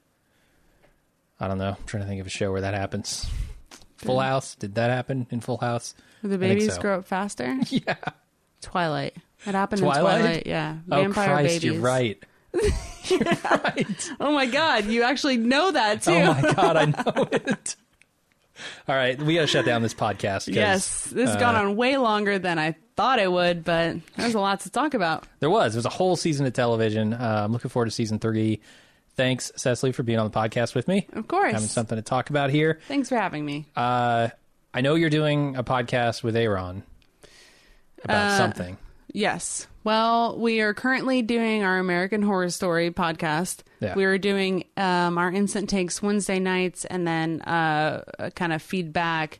[SPEAKER 1] I don't know. I'm trying to think of a show where that happens. Full House, did that happen in Full House?
[SPEAKER 2] The
[SPEAKER 1] think
[SPEAKER 2] babies
[SPEAKER 1] so.
[SPEAKER 2] grow up faster. Yeah. Twilight. It happened
[SPEAKER 1] Twilight?
[SPEAKER 2] in Twilight. Yeah.
[SPEAKER 1] oh Christ,
[SPEAKER 2] babies.
[SPEAKER 1] you're right.
[SPEAKER 2] Oh my God. You actually know that too.
[SPEAKER 1] Oh my god, I know it. All right, we gotta shut down this podcast. 'cause
[SPEAKER 2] yes. This has gone
[SPEAKER 1] Uh,
[SPEAKER 2] on way longer than I thought it would, but there's a lot to talk about.
[SPEAKER 1] there was there was a whole season of television. Uh, I'm looking forward to season three. Thanks, Cecily, for being on the podcast with me.
[SPEAKER 2] Of course.
[SPEAKER 1] Having something to talk about here.
[SPEAKER 2] Thanks for having me.
[SPEAKER 1] Uh, I know you're doing a podcast with Aaron about
[SPEAKER 2] Uh,
[SPEAKER 1] something.
[SPEAKER 2] Yes. Well, we are currently doing our American Horror Story podcast.
[SPEAKER 1] Yeah.
[SPEAKER 2] We are doing um, our instant takes Wednesday nights and then uh, a kind of feedback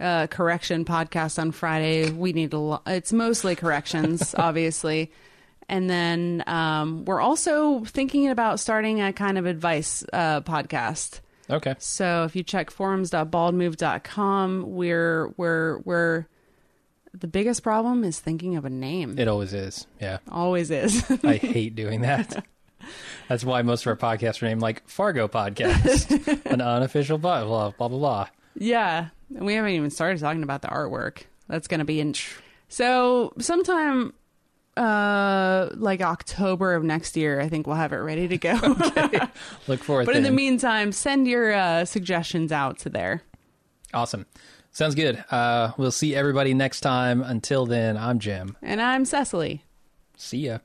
[SPEAKER 2] uh, correction podcast on Friday. We need a lot. It's mostly corrections, obviously. And then um, we're also thinking about starting a kind of advice uh, podcast.
[SPEAKER 1] Okay.
[SPEAKER 2] So if you check forums.baldmove.com, we're we're we're the biggest problem is thinking of a name.
[SPEAKER 1] It always is. Yeah.
[SPEAKER 2] Always is.
[SPEAKER 1] I hate doing that. That's why most of our podcasts are named like Fargo Podcast, an unofficial blah, blah, blah, blah, blah.
[SPEAKER 2] yeah. And we haven't even started talking about the artwork. That's going to be in So, sometime uh like October of next year, I think we'll have it ready to go.
[SPEAKER 1] Look forward
[SPEAKER 2] but in the
[SPEAKER 1] then.
[SPEAKER 2] meantime, send your uh suggestions out to there.
[SPEAKER 1] Awesome. Sounds good. Uh, we'll see everybody next time. Until then, I'm Jim.
[SPEAKER 2] And I'm Cecily.
[SPEAKER 1] See ya.